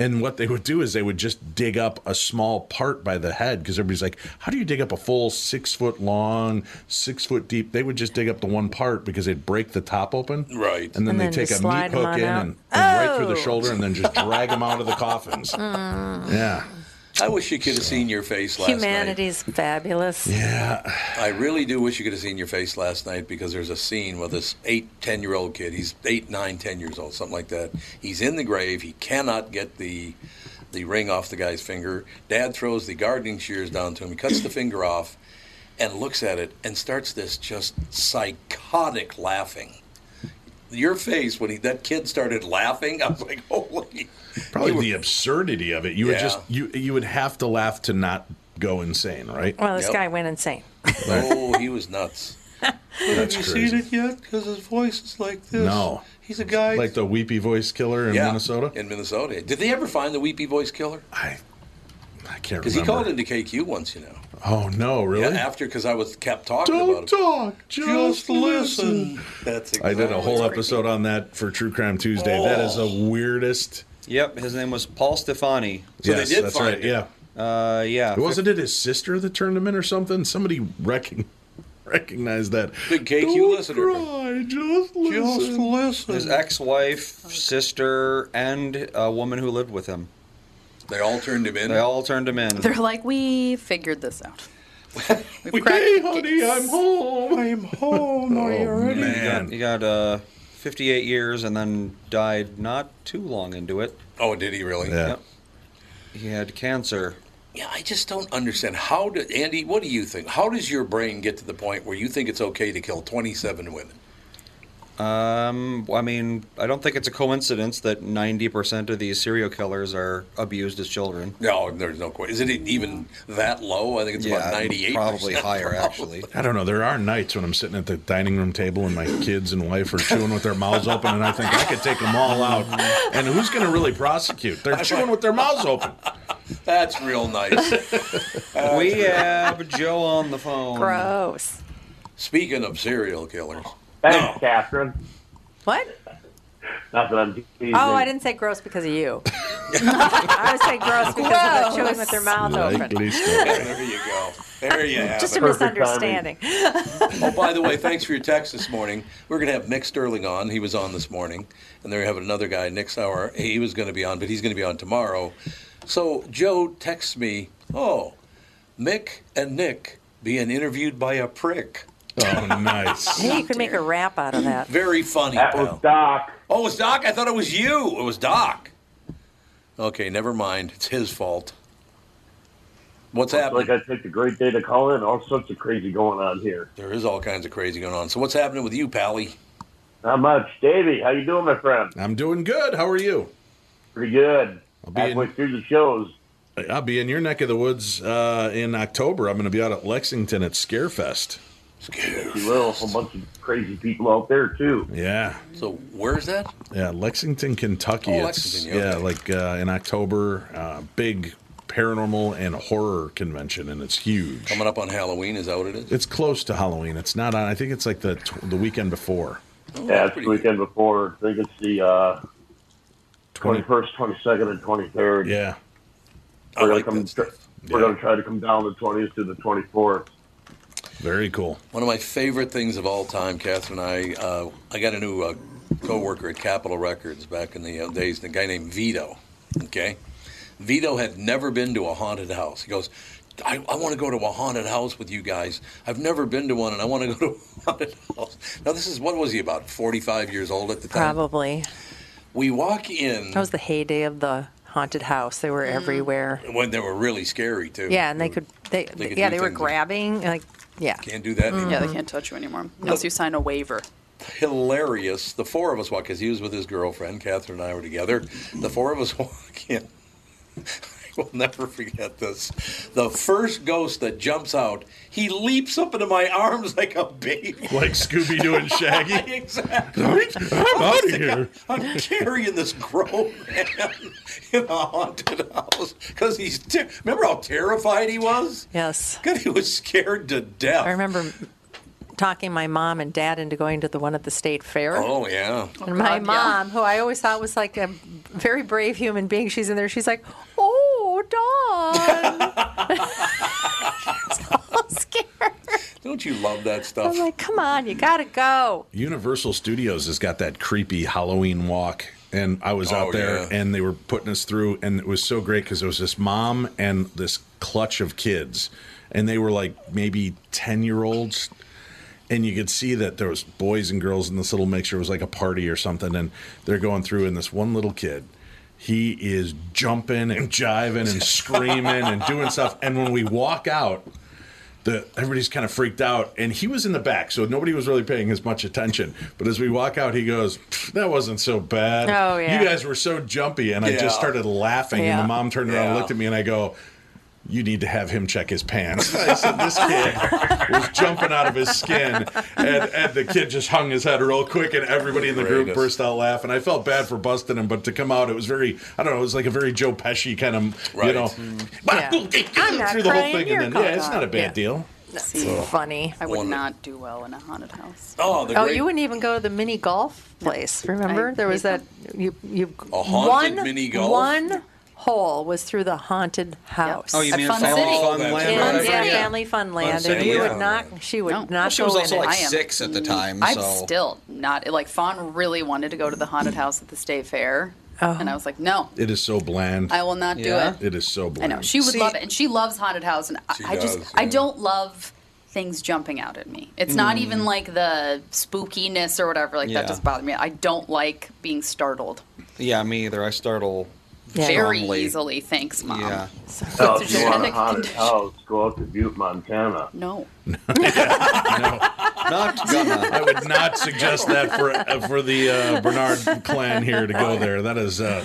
And what they would do is they would just dig up a small part by the head because everybody's like, how do you dig up a full six foot long, six foot deep? They would just dig up the one part because they'd break the top open.
Right.
And then
And
they
then
take
just
a
slide
meat
'em
hook
on
in
out.
and, and right through the
Oh. Mm.
shoulder and then just drag them out of the coffins. Yeah.
I wish you could have seen your face last night.
Humanity's fabulous.
I really do wish you could have seen your face last night because there's a scene with this eight, ten year old kid. He's eight, nine, ten years old, something like that. He's in the grave. He cannot get the the ring off the guy's finger. Dad throws the gardening shears down to him. He cuts the finger off and looks at it and starts this just psychotic laughing. Your face when he that kid started laughing, I was like, holy.
Probably
You were-
the absurdity of it. You would
Yeah.
just you you would have to laugh to not go insane, right?
Well, this
Yep.
guy went insane.
Oh, he was nuts.
That's
Have you
crazy.
seen it yet? Because his voice is like this.
No.
He's a guy.
Like the weepy voice killer in
Yeah,
Minnesota.
In Minnesota. Did they ever find the Weepy Voice killer?
I I can't remember.
Because he called into KQ once, you know.
Oh no, really?
Yeah, after, because I was kept talking about
Don't
it.
talk, just, listen.
That's exactly. Oh.
I did a whole episode on that for True Crime Tuesday. That is the weirdest.
Yep, his name was Paul Stefani.
So they did
that's
find it.
right. Yeah,
Uh, yeah.
But wasn't it his sister that turned him in or something? Somebody recon- recognized that.
Big KQ
Don't
listener.
Cry, just listen.
Just
His
listen.
ex-wife, sister, and a woman who lived with him.
They all turned him in.
They all turned him
They're
in.
like, we figured this out. We've cracked
hey,
the
honey,
case."
I'm home. I'm home. Are you ready?
He got uh, 58 years and then died not too long into it.
oh, did he really?
Yeah.
He had cancer.
Yeah, I just don't understand. How did Andy? What do you think? How does your brain get to the point where you think it's okay to kill 27 women?
Um, I mean, I don't think it's a coincidence that 90% of these serial killers are abused as children.
No, there's no question. Is it even that low? I think it's about 98.
probably higher actually.
I don't know. There are nights when I'm sitting at the dining room table and my kids and wife are chewing with their mouths open, and I think I could take them all out. And who's going to really prosecute? They're chewing with their mouths open.
That's real nice. Uh,
we have Joe on the phone.
Gross.
Speaking of serial killers,
Thanks, Catherine.
What?
Not that I'm teasing.
Oh, I didn't say gross because of you. I was saying gross because of the chewing with their mouth open.
Likely story.
there you go. There you have
Just
it.
a
Perfect timing.
misunderstanding.
Oh, by the way, thanks for your text this morning. We're going to have Nick Sterling on. He was on this morning, and they're having another guy, Nick Sauer. He was going to be on, but he's going to be on tomorrow. So Joe texts me, "Oh, Mick and Nick being interviewed by a prick.
Oh, nice.
Hey, you could make a rap out of that.
Very funny."
That
pal.
was Doc.
oh, it was Doc. I thought it was you. It was Doc. Okay, never mind. It's his fault. What's happening?
Like I picked a great day to call in. All sorts of crazy going on here.
There is all kinds of crazy going on. So what's happening with you, Pally?
Not much, Davey. How you doing, my friend?
I'm doing good. How are you?
Pretty good.
I'll be
Halfway
in-
through the shows.
I'll be in your neck of the woods uh, in October. I'm going to be out at Lexington at Scarefest.
If you will, a bunch of crazy people out there too.
Yeah,
So where's that?
yeah, Lexington, Kentucky.
Oh,
it's
Lexington, yeah,
yeah,
okay.
like uh, in October, uh, big paranormal and horror convention, and it's huge.
Coming up on Halloween is that what it is?
It's close to Halloween. It's not on. I think it's like the tw- the weekend before.
yeah, it's the weekend before. I think it's the uh,
20
21st, 22nd, and 23rd.
Yeah,
I
We're
like
gonna come.
that stuff.
We're
Yeah.
gonna try to come down the 20th to the 24th.
very cool.
One of my favorite things of all time, Catherine and I, uh, I got a new uh, co-worker at Capitol Records back in the uh, days, a guy named Vito, okay? Vito had never been to a haunted house. He goes, I, I want to go to a haunted house with you guys. I've never been to one, and I want to go to a haunted house. Now, this is, what was he, about 45 years old at the time?
Probably.
We walk in
That was the heyday of the haunted house. They were everywhere.
when they were really scary, too.
Yeah, and they could. They,
They could
yeah,
do
they were
things.
grabbing. Like yeah. Mm-hmm.
Can't do that anymore.
Yeah, they can't touch you anymore unless you sign a waiver.
hilarious. The four of us walk because he was with his girlfriend. Catherine and I were together. The four of us walk in. I will never forget this. The first ghost that jumps out, he leaps up into my arms like a baby.
Like Scooby Doo and Shaggy.
exactly.
I'm out of here.
I'm carrying this grown man in a haunted house because he's. Ter- Remember how terrified he was?
Yes.
Because he was scared to death.
I remember talking my mom and dad into going to the one at the state fair.
Oh yeah.
And my
God, yeah.
mom, who I always thought was like a very brave human being, she's in there. She's like, "Oh, Dawn!" She's all scared.
Don't you love that stuff?
I'm like, "Come on, you gotta go."
Universal Studios has got that creepy Halloween walk. And I was
Oh,
out there
yeah.
and they were putting us through, and it was so great because there was this mom and this clutch of kids. And they were like maybe 10 year olds. And you could see that there was boys and girls in this little mixture. It was like a party or something. And they're going through, and this one little kid, he is jumping and jiving and screaming and doing stuff. And when we walk out, the everybody's kind of freaked out and he was in the back so nobody was really paying as much attention but as we walk out he goes "Pfft, that wasn't so bad
Oh, yeah.
you guys were so jumpy and i
Yeah.
just started laughing and
Yeah.
the mom turned around and
Yeah.
looked at me and i go you need to have him check his pants. I said, this kid was jumping out of his skin. And, and the kid just hung his head real quick, and everybody in the group
Greatest.
burst out laughing. I felt bad for busting him, but to come out, it was very, I don't know, it was like a very Joe Pesci kind of, you
Right. Mm.
know,
Yeah. I'm not
through the whole
crying,
thing.
you're
And then, yeah, it's
caught
not a
up.
bad
Yeah.
deal.
See,
Funny.
I would
One-
not do well in a haunted house.
Oh, the
Oh,
great-
you wouldn't even go to the mini golf place. Remember,
I
there was
hate
that you you
A haunted
one,
mini golf?
One hole was through the haunted house.
Oh, you
At
mean
Fun
Fun
City.
Fun
Fun
Land?
City.
Fun
Right,
City
right, yeah.
Family Fun Land,
City,
and you
yeah.
would not. She would
No.
not
She
go
was
in
also
it.
like
I am-
six at the time.
I'm
so.
still not like Fawn really wanted to go to the haunted house at the state fair,
Oh.
and I was like, no,
It is so bland.
I will not
Yeah.
do it.
it is so
I
bland.
know she would
See-
love it, and she loves haunted house, and I,
She
I just
does,
I
yeah.
don't love things jumping out at me. It's not
Mm.
even like the spookiness or whatever. Like
Yeah.
that doesn't bother me. I don't like being startled
Yeah, me either. I startle.
Yeah.
very
Strongly.
easily. Thanks, mom.
Yeah.
Now,
It's a
if you want a
genetic
haunted
condition.
house, go out to Butte, Montana.
No.
Not gonna.
I would not suggest that for uh, for the uh, Bernard clan here to go there. That is uh,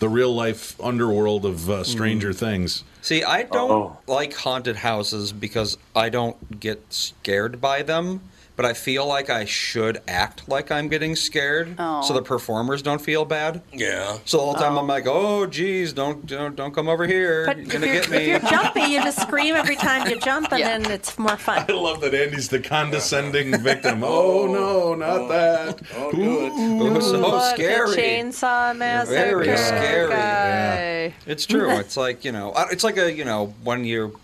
the real life underworld of uh, Stranger Things.
See, I don't
Oh.
like haunted houses because I don't get scared by them, but I feel like I should act like I'm getting scared
Oh.
so the performers don't feel bad.
yeah.
So all the time I'm like, "Oh, geez, don't don't, don't come over here.
But
you're
if
gonna
you're,
get me."
if you're jumpy, you just scream every time you jump, and
Yeah.
then it's more fun.
I love that Andy's the condescending victim. Oh no, not that.
Oh, good.
It was so
Look, the
scary.
chainsaw massacre.
Very scary.
guy.
It's true. It's like you know, I- it's like a you know when you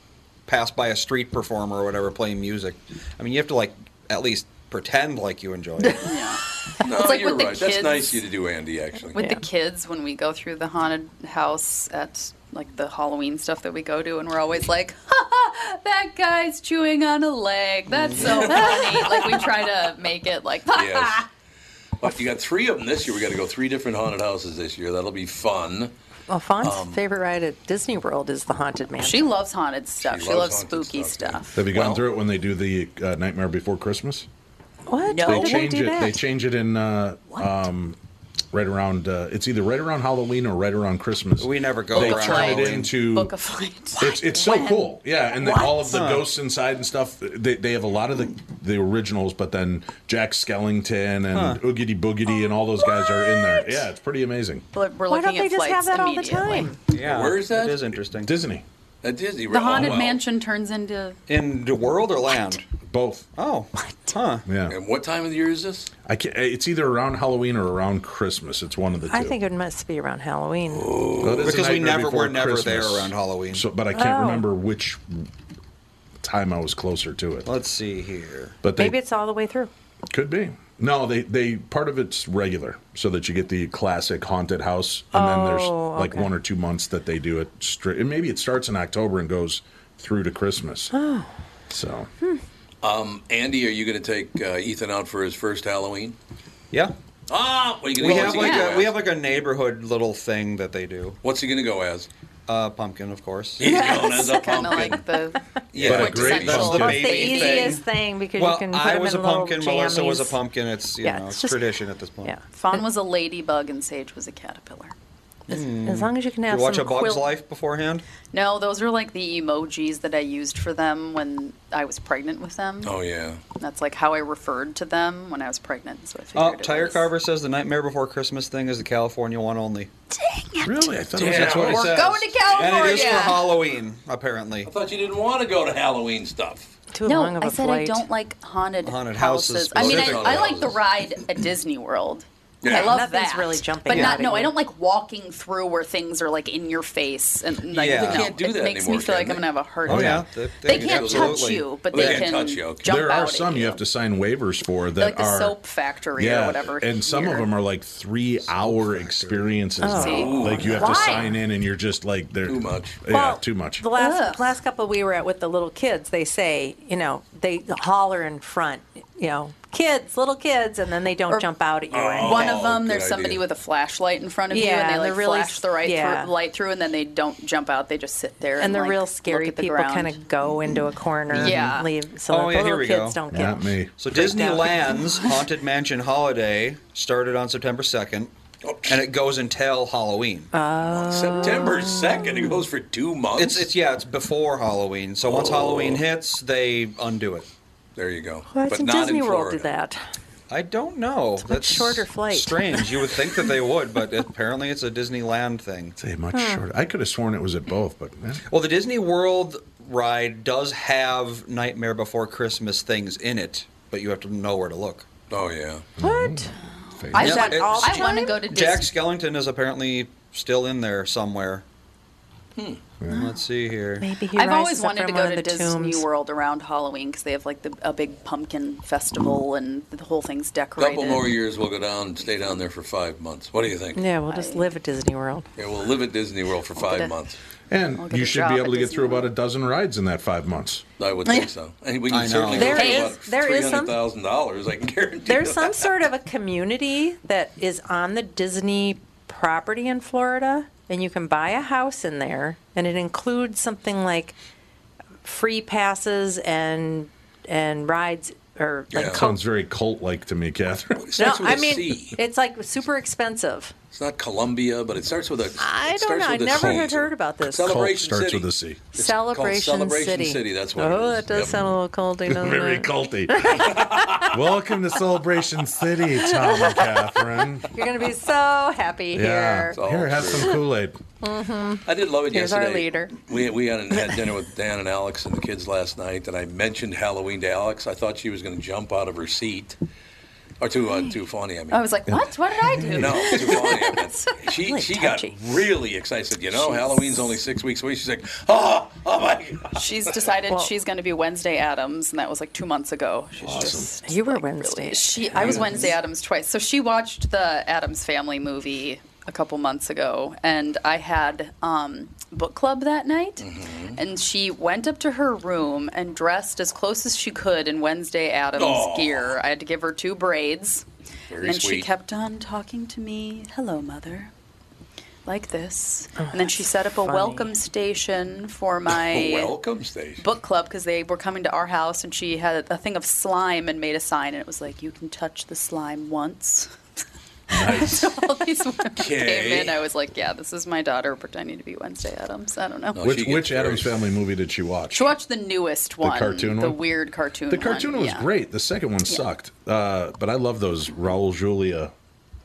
pass by a street performer or whatever playing music. I mean, you have to like at least pretend like you enjoy it.
Yeah.
No,
It's like
you're
with the
right. That's
kids-
nice of you to do, Andy. Actually,
With
Yeah.
the kids, when we go through the haunted house at like the Halloween stuff that we go to, and we're always like, ha, ha, "That guy's chewing on a leg. That's
Mm.
so funny." like we try to make it like, "Ha,
Yes.
ha."
but you got three of them this year. We got to go three different haunted houses this year. That'll be fun.
Well, Fawn's
Um,
favorite ride at Disney World is the Haunted Mansion.
She loves haunted stuff. She,
She
loves,
loves haunted
spooky stuff.
Have you gone through it when they do the uh, Nightmare Before Christmas?
What?
No.
Why
they
did
change
do
it. They
that?
change it in uh, um, right around. Uh, it's either right around Halloween or right around Christmas.
We never go
they
around
turn it
Halloween.
into
Book of fights.
It's, it's so
When?
cool, yeah. And then all of the
Huh.
ghosts inside and stuff. They, they have a lot of the the originals, but then Jack Skellington and Oogity Boogity and all those guys are in there. Yeah, it's pretty amazing.
We're we're
Why
looking
don't they
at
just
flights
have that all the
immediately.
time?
Yeah,
Where is that?
It is interesting.
Disney,
At Disney
The
World.
haunted
Wow.
mansion turns into
In the world or land?
both.
Oh, huh.
Yeah,
And what time of the year is this?
I can't, it's either around Halloween or around Christmas. It's one of the two.
I think it must be around Halloween.
Well, it is a
Because we
Nightmare
never
Before
were never there
Christmas.
around Halloween.
So, but I can't
Oh.
remember which time I was closer to it.
Let's see here.
But they
Maybe it's all the way through.
could be. No, they they part of it's regular, so that you get the classic haunted house, and then there's
Oh,
like
okay.
one or two months that they do it straight. And maybe it starts in October and goes through to Christmas. Oh. So
Um, Andy, are you going to take uh, Ethan out for his first Halloween?
Yeah.
Ah, what are you going
We
to go as?
have like
Ethan
a we
West?
have like a neighborhood little thing that they do.
What's he going to go as?
Uh, pumpkin, of course.
He's going as
Yes,
a
kind of
pumpkin.
like the
Yeah,
But a great
That's
quintessential
the
pumpkin.
It's the
baby
easiest
thing.
thing because
Well,
you can put
I
them
was a
in
pumpkin.
little
Melissa was a
jammies.
pumpkin. It's you
Yeah,
know,
it's
it's
just-
tradition at this point.
Yeah.
Fawn was a ladybug and Sage was a caterpillar.
As, as long as you can have
Hmm. Mm. You watch
some
a Bug's
quilt-
Life beforehand.
No, those were like the emojis that I used for them when I was pregnant with them.
Oh yeah.
That's like how I referred to them when I was pregnant. So I figured
Oh,
it
Tire
was-
Carver says the Nightmare Before Christmas thing is the California one only.
really, I thought it was
Yeah.
That's what it
We're
says.
going to
And it is for
California.
Halloween, apparently.
I thought you didn't want to go to Halloween stuff.
Too
No,
long of
I
a
said
flight.
I don't like haunted,
Haunted houses,
houses. I mean, I,
specifically.
I like the ride at Disney World.
Yeah.
I love
Nothing's
that.
really jumping
but
out
not
at
no. I
you.
don't like walking through where things are like in your face and like
Yeah. They
no,
can't do
it
that
makes
anymore,
me feel like
can
I'm gonna
they?
have a heart
Oh,
attack.
yeah. They-
They,
they can
can't touch
absolutely-
you, but
Well,
they,
they can't
can
touch you, okay.
jump
there
out
are some
at
you have to sign waivers for that
like the
are
soap factory or whatever.
And some of
here. Oh.
them are like three hour experiences. now.
See?
Like you have to
Why?
sign in and you're just like they're
Too much.
Yeah,
Well,
too much.
The
Ugh.
last last couple we were at with the little kids, they say, you know, they holler in front, you know, kids, little kids, and then they don't
Or-
jump out at you. or
One of
Oh,
them,
good
there's somebody
idea.
with a flashlight in front of you,
Yeah,
and they
and
like
they're really
flash the
s-
right
yeah.
through, light through, and then they don't jump out. They just sit there. And,
and the
like,
real
look
scary
at the
people
ground.
kind of go into a corner
Yeah.
and leave, so
Oh,
that
yeah,
the
here
little
we
kids
go.
don't get
Not me.
So
freaked out.
Disneyland's Haunted Mansion Holiday started on September 2nd,
Oh.
and it goes until Halloween.
Uh,
September second. It goes for two months.
It's it's yeah, it's before Halloween. So once Halloween hits, they undo it.
Oh. there you go.
Why
but
doesn't
not
Disney
in
World do
Florida.
that?
I don't know. It's
much shorter flight.
Strange. You would think that they would, but apparently it's a Disneyland thing.
Say much shorter. I could have sworn it was at both, but eh.
Well, the Disney World ride does have Nightmare Before Christmas things in it, but you have to know where to look.
Oh yeah. Mm-hmm.
What?
I,
Yeah,
want-
it's-
I want to go to Disney.
Jack Skellington is apparently still in there somewhere. Let's see here.
Maybe he
I've always
rises up
wanted
from
to
one
go
of
to
the
Disney
tombs.
World around Halloween because they have like the, a big pumpkin festival and the whole thing's
A
decorated.
Mm. couple more years, we'll go down, and stay down there for five months. What do you think?
Yeah, we'll just live at Disney World.
Yeah, we'll live at Disney World for
get
five
a-
months.
I'll
And
get
you
a
should be
job
able
at
to get through
Disney
about a dozen rides in that five months.
I would think so. And we can
I
certainly
know.
go
There
for
is-
about
there is some-
$300,000. I can guarantee
There's
you
some
that.
sort of a community that is on the Disney property in Florida, and you can buy a house in there, and it includes something like free passes and and rides or like
Yeah.
co-
Sounds very cult like to me, Catherine.
It
no,
starts with
I
a
mean
C.
it's like super expensive.
It's not Columbia, but it starts with a. it
I don't
starts
know. I
with a
never
C.
had heard about this.
Cult
Celebration
starts
City.
with a C.
It's called
Celebration,
Celebration
City.
City, that's what it
Oh,
is.
that does
Yep.
sound a little culty, doesn't
Very
it?
culty. Welcome to Celebration City, Tom and Catherine.
You're gonna be so happy
Yeah.
Ah,
here. Mm-hmm.
all
Here, have
true.
some Kool Aid.
I did love it
Here's our
yesterday.
leader.
We, we had, had dinner with Dan and Alex and the kids last night, and I mentioned Halloween to Alex. I thought she was going to jump out of her seat. Or too, uh, too funny, I mean.
I was like, what? What did I do?
No, too funny. I meant. She,
really
she got
touchy.
really excited. Said, You know, Halloween's only six weeks away. She's like, oh, oh my God.
She's decided
Well-
she's going to be Wednesday Adams, and that was like two months ago. She's just
You were
like, really-
Wednesday.
she, I was Wednesday Adams twice. So she watched the Adams Family movie a couple months ago, and I had um, book club that night,
Mm-hmm.
and she went up to her room and dressed as close as she could in Wednesday Adams
Aw.
gear. I had to give her two braids,
Very
and then she
sweet.
kept on talking to me. Hello, mother. like this. and then she set up a
funny.
welcome station for my
Welcome station.
book club because they were coming to our house and she had a thing of slime and made a sign and it was like, you can touch the slime once. so all these women
Okay.
came in. I was like, yeah, this is my daughter pretending to be Wednesday Adams. I don't know.
which which Adams Family movie did she watch?
She watched the newest
The
one,
cartoon
the
one?
weird cartoon.
The cartoon
one.
was
yeah.
great. The second one sucked, uh, but I love those Raul Julia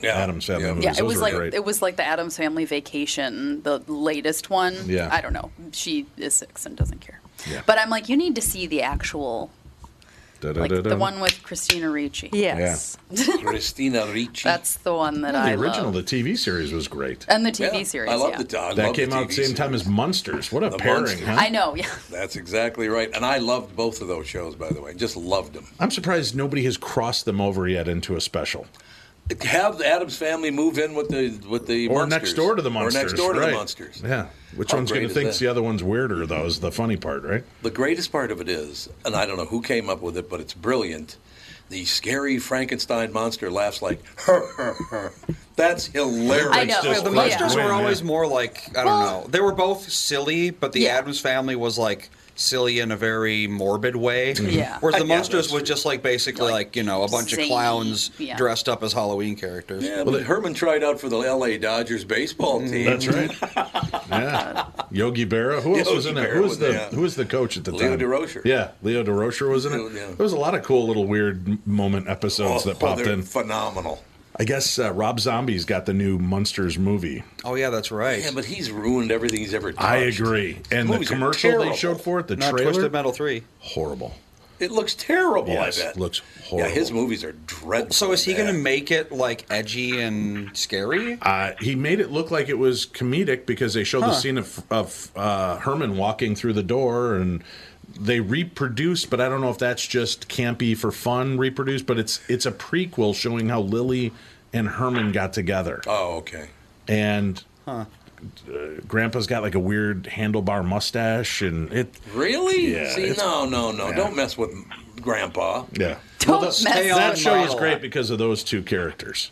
Adams Family movies.
Yeah, it
those
was
were
like
great.
it was like the Adams Family Vacation, the latest one.
Yeah.
I don't know. She is six and doesn't care.
Yeah.
But I'm like, you need to see the actual, like
Da-da-da-da.
the one with Christina Ricci.
Christina Ricci.
that's the one that
No, the
I
original,
love.
the TV series was great.
And the TV series. yeah.
that came out at the same time as Monsters. What a pairing, huh?
I know. Yeah.
That's exactly right. And I loved both of those shows, by the way. Just loved them.
I'm surprised nobody has crossed them over yet into a special.
Have the Adams family move in with the with the
Or
Munsters.
next door to the monsters.
Or next door to
right.
the monsters.
Yeah. Which
How
one's going
great
to
is
think
that?
the other one's weirder, though, is the funny part, right?
The greatest part of it is, and I don't know who came up with it, but it's brilliant. The scary Frankenstein monster laughs like, "Her, her, her." that's hilarious.
It's just- the monsters were always more like I don't know. They were both silly, but the Adams Family was like silly in a very morbid way.
Mm-hmm.
Yeah.
Whereas the
Yeah,
monsters was just like basically like, you know a bunch
zany,
of clowns
yeah.
dressed up as Halloween characters.
Yeah, but Herman tried out for the L.A. Dodgers baseball
Mm-hmm.
team.
That's right. Yeah. Yogi Berra. Who else was
Yogi
in it?
Berra
Who was
was
the
in it.
who was the coach at the
Leo
time?
DeRocher.
Yeah, Leo DeRocher was in it.
Yeah.
There was a lot of cool little weird m- moment episodes
Oh,
that popped
they're
in.
Phenomenal.
I guess uh, Rob Zombie's got the new Monsters movie.
Oh yeah, that's right.
Yeah, but he's ruined everything he's ever done.
I agree. And the
Movies are
commercial they
terrible.
showed for it, the
Not
trailer,
Twisted
Metal Three,
horrible.
It looks terrible.
Yes,
I bet.
looks
Yeah, his movies are dreadful.
So is he going to make it like edgy and scary?
Uh, he made it look like it was comedic because they showed the
Huh.
scene of, of uh, Herman walking through the door and they reproduced, but I don't know if that's just campy for fun reproduced, but it's it's a prequel showing how Lily and Herman got together.
Oh, okay.
And
Huh.
uh, Grandpa's got like a weird handlebar mustache and it
Really?
Yeah,
See,
it's-
no, no, no.
Yeah.
Don't mess with Grandpa.
Yeah.
Don't
that-
mess
that
with
show was
Marvel.
great because of those two characters.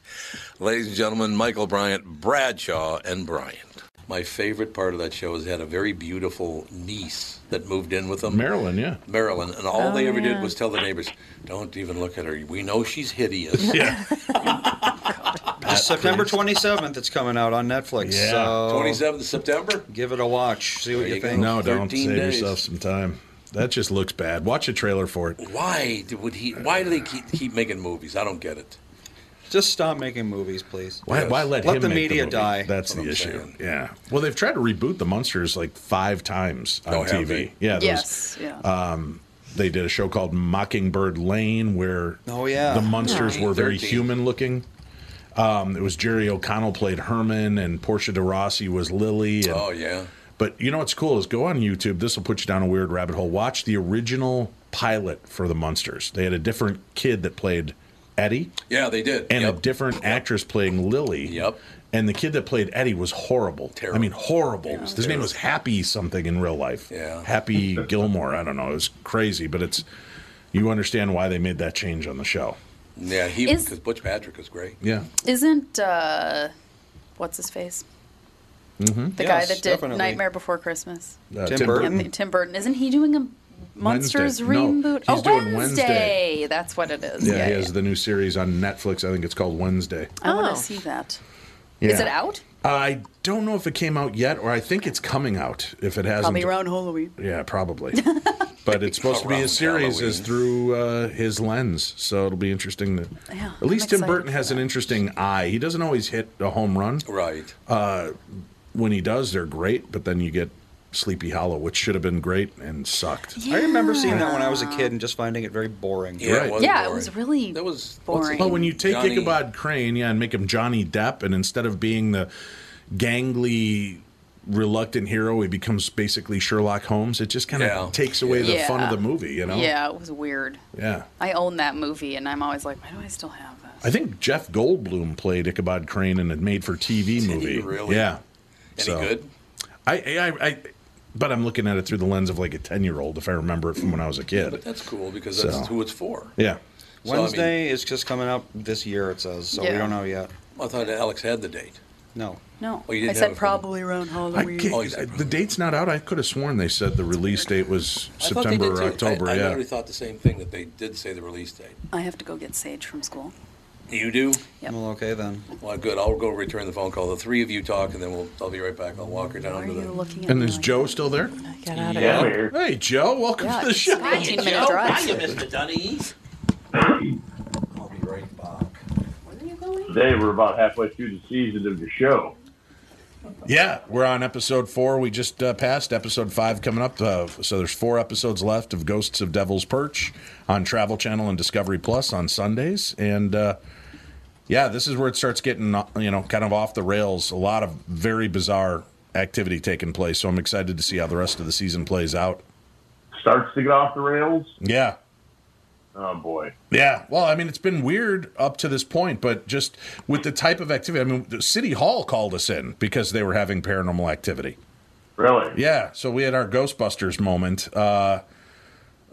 Ladies and gentlemen, Michael Bryant, Bradshaw, and Bryant. My favorite part of that show is they had a very beautiful niece that moved in with them.
Marilyn, yeah.
Marilyn, and all
Oh,
they ever
yeah.
did was tell the neighbors, "Don't even look at her. We know she's hideous."
Yeah.
September 27th, it's coming out on Netflix.
Yeah.
so
27th of September.
Give it a watch. See what
There
you,
you go.
think.
No, don't
13
save
days.
yourself some time. That just looks bad. Watch a trailer for it.
Why do- would he? Why do they keep, keep making movies? I don't get it.
Just stop making movies, please.
Why, why let,
let
him
the
make
media
movie?
die?
That's the
I'm
issue.
saying.
Yeah. Well, they've tried to reboot the monsters like five times on
Oh, have
TV.
they?
Yeah. those- um,
yes. Yeah.
They did a show called Mockingbird Lane where
Oh, yeah.
the monsters were very
13.
human looking. Um, it was Jerry O'Connell played Herman and Portia de Rossi was Lily. And,
Oh yeah.
But you know what's cool is go on YouTube. This will put you down a weird rabbit hole. Watch the original pilot for the monsters. They had a different kid that played Eddie
Yeah, they did.
and a
Yep.
different actress playing Lily.
Yep.
And the kid that played Eddie was horrible.
Terrible.
I mean, horrible. His name
terrible.
was Happy something in real life.
Yeah.
Happy Gilmore. I don't know. It was crazy, but it's you understand why they made that change on the show.
Yeah, he
Is-
because Butch Patrick is great.
Yeah.
Isn't uh, what's his face? Mm-hmm. The guy
Yes,
that did
definitely.
Nightmare Before Christmas.
Uh,
Tim Burton.
Yeah, Tim Burton. Isn't he doing a Monsters
Wednesday. No,
reboot?
he's
oh,
doing
Wednesday.
Wednesday.
That's what it is.
Yeah,
Yeah.
he
yeah.
has the new series on Netflix. I think it's called Wednesday.
I want
Oh.
to see that.
Yeah.
Is it out?
I don't know if it came out yet, or I think it's coming out. If it hasn't,
Probably around Halloween.
Yeah, probably. but it's supposed to be
Around
a series is
Halloween.
through uh, his lens, so it'll be interesting. To,
Yeah,
at least
I'm
Tim Burton
excited
has
for
an
that.
interesting eye. He doesn't always hit a home run. Uh,
Right.
When he does, they're great, but then you get Sleepy Hollow, which should have been great and sucked.
Yeah.
I remember seeing that when I was a kid and just finding it very boring.
yeah,
right.
it was,
Yeah, it
boring.
was really
That was
boring.
But Oh, when you take
Johnny-
Ichabod Crane, yeah, and make him Johnny Depp, and instead of being the gangly, reluctant hero, he becomes basically Sherlock Holmes. It just kind of
Yeah.
takes away the
Yeah.
fun of the movie, you know?
Yeah, it was weird.
Yeah.
I own that movie, and I'm always like, why do I still have
I
this?
think Jeff Goldblum played Ichabod Crane in a made-for-TV
he
movie.
really?
Yeah.
Any
So,
good?
I, I, I, but I'm looking at it through the lens of like a ten-year-old, if I remember it from when I was a
But
kid.
that's cool because that's
So.
who it's for.
Yeah.
So, I mean-
Wednesday is just coming out this year, it says, so we
Yeah.
don't know yet.
I thought Alex had the date.
No.
No,
Oh, you
I
didn't have
said
it.
probably around
I
Halloween.
can't,
Oh, he's-
the date's not out. I could have sworn they said the release date was September
I
or
thought they did too.
October.
I, I
yeah.
literally thought the same thing that they did say the release date.
I have to go get Sage from school.
You do?
Yep.
Well, okay then.
Well, good. I'll go return the phone call. The three of you talk, and then we'll. I'll be right back. I'll walk her
Why
down
are
to
you
the.
looking at
And
me
is
like
Joe
that?
still there?
Get out of
Yeah,
here.
we're here.
Hey, Joe, welcome
Yeah,
to the
it's
show.
a 19 minute drive.
Mr. Dunny.
I'll be right back.
Today we're about halfway through the season of the show.
Yeah, we're on episode four. We just uh, passed episode five coming up. Uh, so there's four episodes left of Ghosts of Devil's Perch on Travel Channel and Discovery Plus on Sundays. And uh, yeah, this is where it starts getting, uh, you know, kind of off the rails. A lot of very bizarre activity taking place. So I'm excited to see how the rest of the season plays out.
Starts to get off the rails.
Yeah.
Oh boy.
Yeah. Well, I mean, it's been weird up to this point, but just with the type of activity, I mean, the City Hall called us in because they were having paranormal activity.
Really?
Yeah, so we had our Ghostbusters moment. Uh,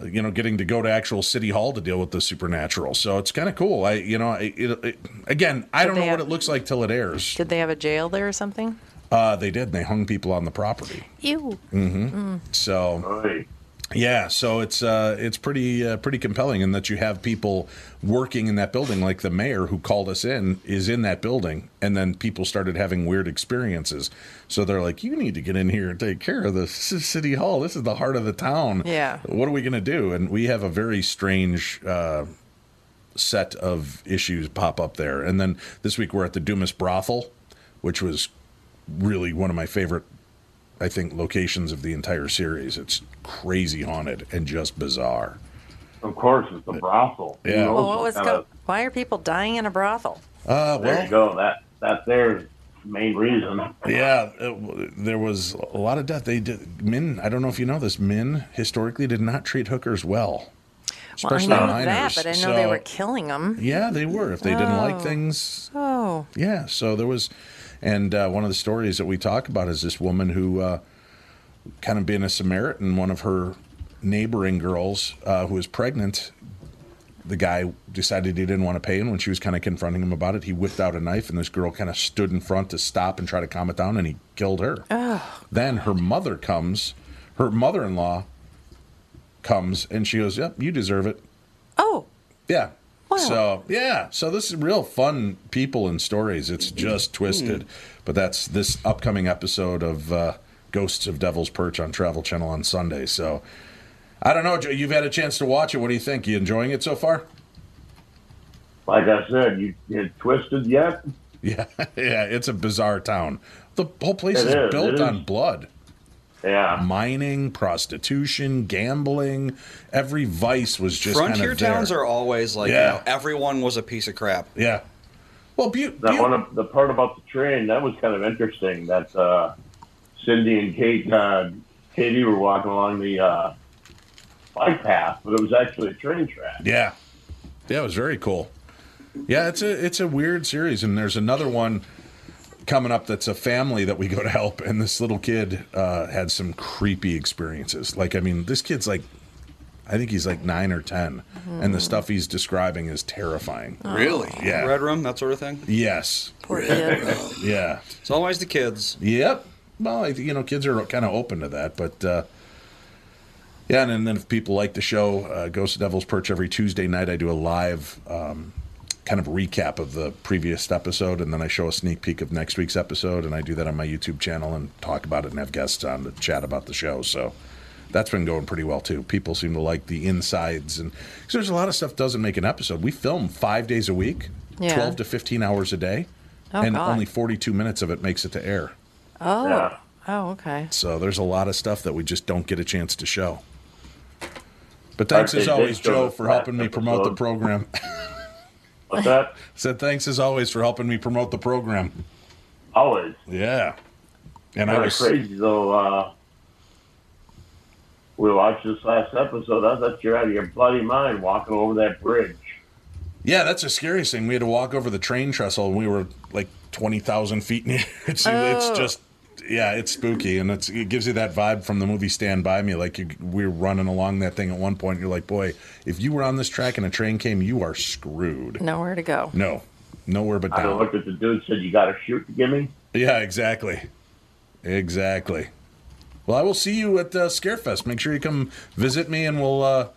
you know, getting to go to actual city hall to deal with the supernatural. So it's kind of cool. I, you know, it, it, it- again, I don't
they
know what
have-
it looks like till it airs.
Did they have a jail there or something?
Uh, they did. They hung people on the property. Mm-hmm.
Ew. Mm.
So
Oy.
Yeah, so it's uh, it's pretty uh, pretty compelling in that you have people working in that building, like the mayor who called us in is in that building, and then people started having weird experiences. So they're like, "You need to get in here and take care of this. This is city hall. This is the heart of the town.
Yeah.
what are we gonna do?" And we have a very strange. Uh, set of issues pop up there and then this week we're at the dumas brothel which was really one of my favorite I think locations of the entire series. It's crazy haunted and just bizarre.
Of course, it's the brothel.
Yeah. Oh,
Who knows
Well, what was
kind
go-
of-
Why are people dying in a brothel?
Uh,
There you
well,
go. That that's their main reason.
yeah, it w- there was a lot of death. They did, men. I don't know if you know this. Men historically did not treat hookers well, especially
well, I know that,
minors.
but I know they
So-
were killing them.
Yeah, they were. If they didn't like
Oh.
things,
Oh,
Yeah, so there was, and uh, one of the stories that we talk about is this woman who, uh, kind of being a Samaritan, one of her neighboring girls uh, who was pregnant, the guy decided he didn't want to pay, and when she was kind of confronting him about it, he whipped out a knife, and this girl kind of stood in front to stop and try to calm it down, and he killed her. then her mother comes, her mother-in-law comes, and she goes, "Yep, you deserve it."
oh,
Yeah.
Wow.
So yeah, so this is real fun people and stories. It's just twisted,
Hmm.
but that's this upcoming episode of uh, Ghosts of Devil's Perch on Travel Channel on Sunday. So I don't know, Joe. You've had a chance to watch it. What do you think? You enjoying it so far?
Like I said, you, you twisted yet?
Yeah, yeah. It's a bizarre town. The whole place
It
is
is,
built
it is.
on blood.
Yeah.
Mining, prostitution, gambling. Every vice was just kind
Frontier
of there.
towns are always like,
Yeah.
you know, everyone was a piece of crap.
Yeah. Well, Butte.
That one, of- the part about the train, that was kind of interesting. That uh, Cindy and Kate, uh, Katie were walking along the uh, bike path, but it was actually a train track.
Yeah, yeah, it was very cool. Yeah, it's a it's a weird series, and there's another one coming up that's a family that we go to help, and this little kid uh, had some creepy experiences. Like, I mean, this kid's like, I think he's like nine or 10 and the stuff he's describing is terrifying.
Mm-hmm. Really?
Yeah.
Red room, that sort of thing.
Yes.
Poor kid.
Yeah.
It's always the kids.
Yep. Well, I think, you know, kids are kind of open to that, but uh, yeah. And, then if people like the show, uh, Ghost of Devil's Perch every Tuesday night, I do a live um, kind of recap of the previous episode, and then I show a sneak peek of next week's episode, and I do that on my YouTube channel and talk about it and have guests on to chat about the show. So that's been going pretty well too. People seem to like the insides, and cause there's a lot of stuff doesn't make an episode. We film five days a week,
Yeah.
twelve to fifteen hours a day.
Oh,
and
God.
only 42 minutes of it makes it to air.
Oh.
Yeah.
Oh, okay.
So there's a lot of stuff that we just don't get a chance to show. But thanks
Actually,
as always,
they showed
Joe,
us
for
last
helping me promote the
episode.
program.
But that
Said thanks as always for helping me promote the program.
always
Yeah. And I
kind of
was
crazy though. Uh, we watched this last episode. I thought you're out of your bloody mind walking over that bridge.
Yeah, that's the scariest thing. We had to walk over the train trestle and we were like 20,000 feet in the air. It's, it's
Oh.
just yeah, it's spooky and it's it gives you that vibe from the movie Stand by Me like you we're running along that thing at one point and you're like, "Boy, if you were on this track and a train came, you are screwed."
Nowhere to go.
No. Nowhere but
I
down.
looked at the dude, and said, "You got to shoot to give me."
Yeah, exactly. Exactly. Well, I will see you at uh, Scarefest. Make sure you come visit me, and we'll uh,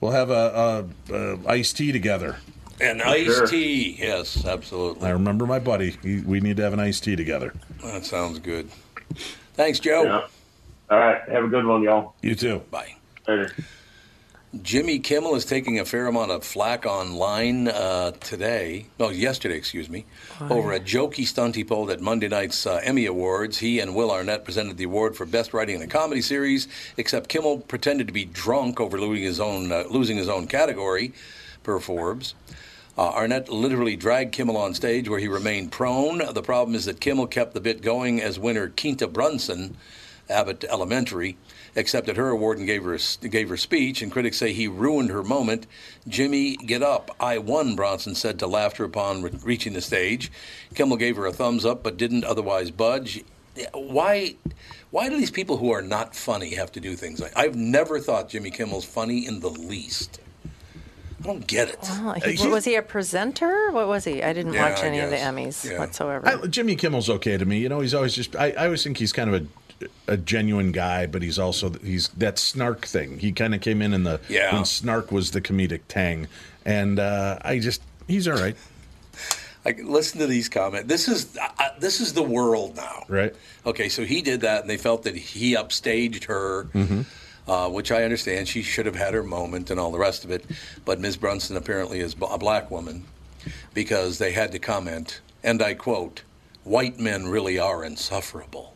we'll have a, a, a iced tea together.
And iced
Sure.
tea. Yes, absolutely.
I remember my buddy. He, we need to have an iced tea together.
That sounds good. Thanks, Joe.
Yeah. All right. Have a good one, y'all.
You too.
Bye.
Later.
Jimmy Kimmel is taking a fair amount of flack online uh, today, no, yesterday, excuse me, over a jokey stunt he pulled at Monday night's uh, Emmy Awards. He and Will Arnett presented the award for Best Writing in a Comedy Series, except Kimmel pretended to be drunk over losing his own, uh, losing his own category, per Forbes. Uh, Arnett literally dragged Kimmel on stage where he remained prone. The problem is that Kimmel kept the bit going as winner Quinta Brunson, Abbott Elementary, accepted her award and gave her a, gave her speech, and critics say he ruined her moment. Jimmy, get up. I won, Bronson said to laughter upon re- reaching the stage. Kimmel gave her a thumbs up but didn't otherwise budge. Why, why do these people who are not funny have to do things like I've never thought Jimmy Kimmel's funny in the least. I don't get it.
Well, he- was he a presenter? What was he? I didn't
Yeah,
watch
I
any of the
guess.
Emmys
Yeah.
whatsoever.
I, Jimmy Kimmel's okay to me. You know, he's always just. I, I always think he's kind of a, a genuine guy, but he's also he's that snark thing. He kind of came in in the
Yeah.
when snark was the comedic tang, and uh, I just he's all right,
Like, listen to these comments. This is uh, uh, this is the world now.
right?
Okay, so he did that, and they felt that he upstaged her,
Mm-hmm.
uh, which I understand. She should have had her moment and all the rest of it. But Ms. Brunson apparently is b- a black woman because they had to comment, and I quote, "White men really are insufferable."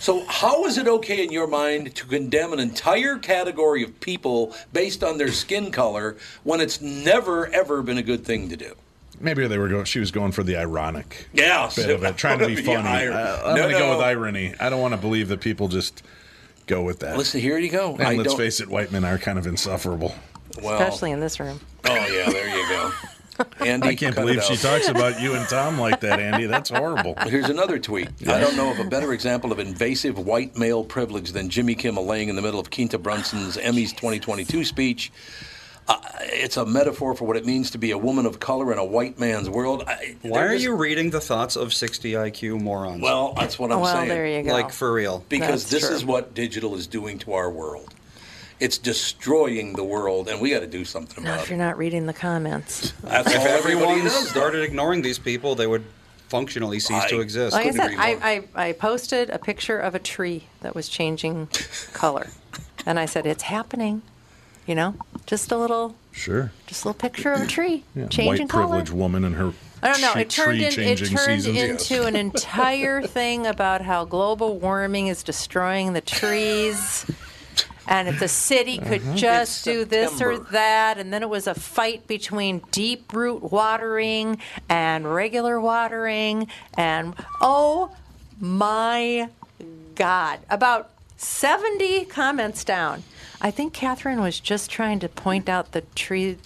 So, how is it okay in your mind to condemn an entire category of people based on their skin color when it's never, ever been a good thing to do?
Maybe they were going. She was going for the ironic.
Yeah,
bit
so-
of it, trying to be funny.
ir-
I, I'm
No,
going to
no.
go with irony. I don't want to believe that people just go with that.
Listen, here you go.
and
I
let's
don't-
face it, white men are kind of insufferable.
well,
Especially in this room.
Oh yeah, there you go. Andy,
I can't
cut it
believe she
out.
talks about you and Tom like that, Andy. That's horrible.
Here's another tweet. I don't know of a better example of invasive white male privilege than Jimmy Kimmel laying in the middle of Quinta Brunson's Emmys 2022 speech. Uh, it's a metaphor for what it means to be a woman of color in a white man's world. I,
Why
they're
are
just-
you reading the thoughts of 60 IQ morons?
Well, that's what I'm
well,
saying.
there you go.
like for real.
Because
That's
this
true.
is what digital is doing to our world. It's destroying the world, and we got to do something
Not
about
if
it.
you're not reading the comments.
That's
if
all everybody
everyone
does.
started ignoring these people, they would functionally cease
I-
to exist.
Like I
Couldn't
said,
agree more.
I, I, I posted a picture of a tree that was changing color. And I said, it's happening. You know, just a little,
Sure.
just a little picture of a tree
White
changing color.
privileged woman and her.
I don't know.
tree-
It turned, in, it
tree-changing
turned
seasons.
into an entire thing about how global warming is destroying the trees. And if the city could
Uh-huh.
just
It's
do this or
September.
that, and then it was a fight between deep root watering and regular watering, and oh my God, about 70 comments down. I think Catherine was just trying to point out the tree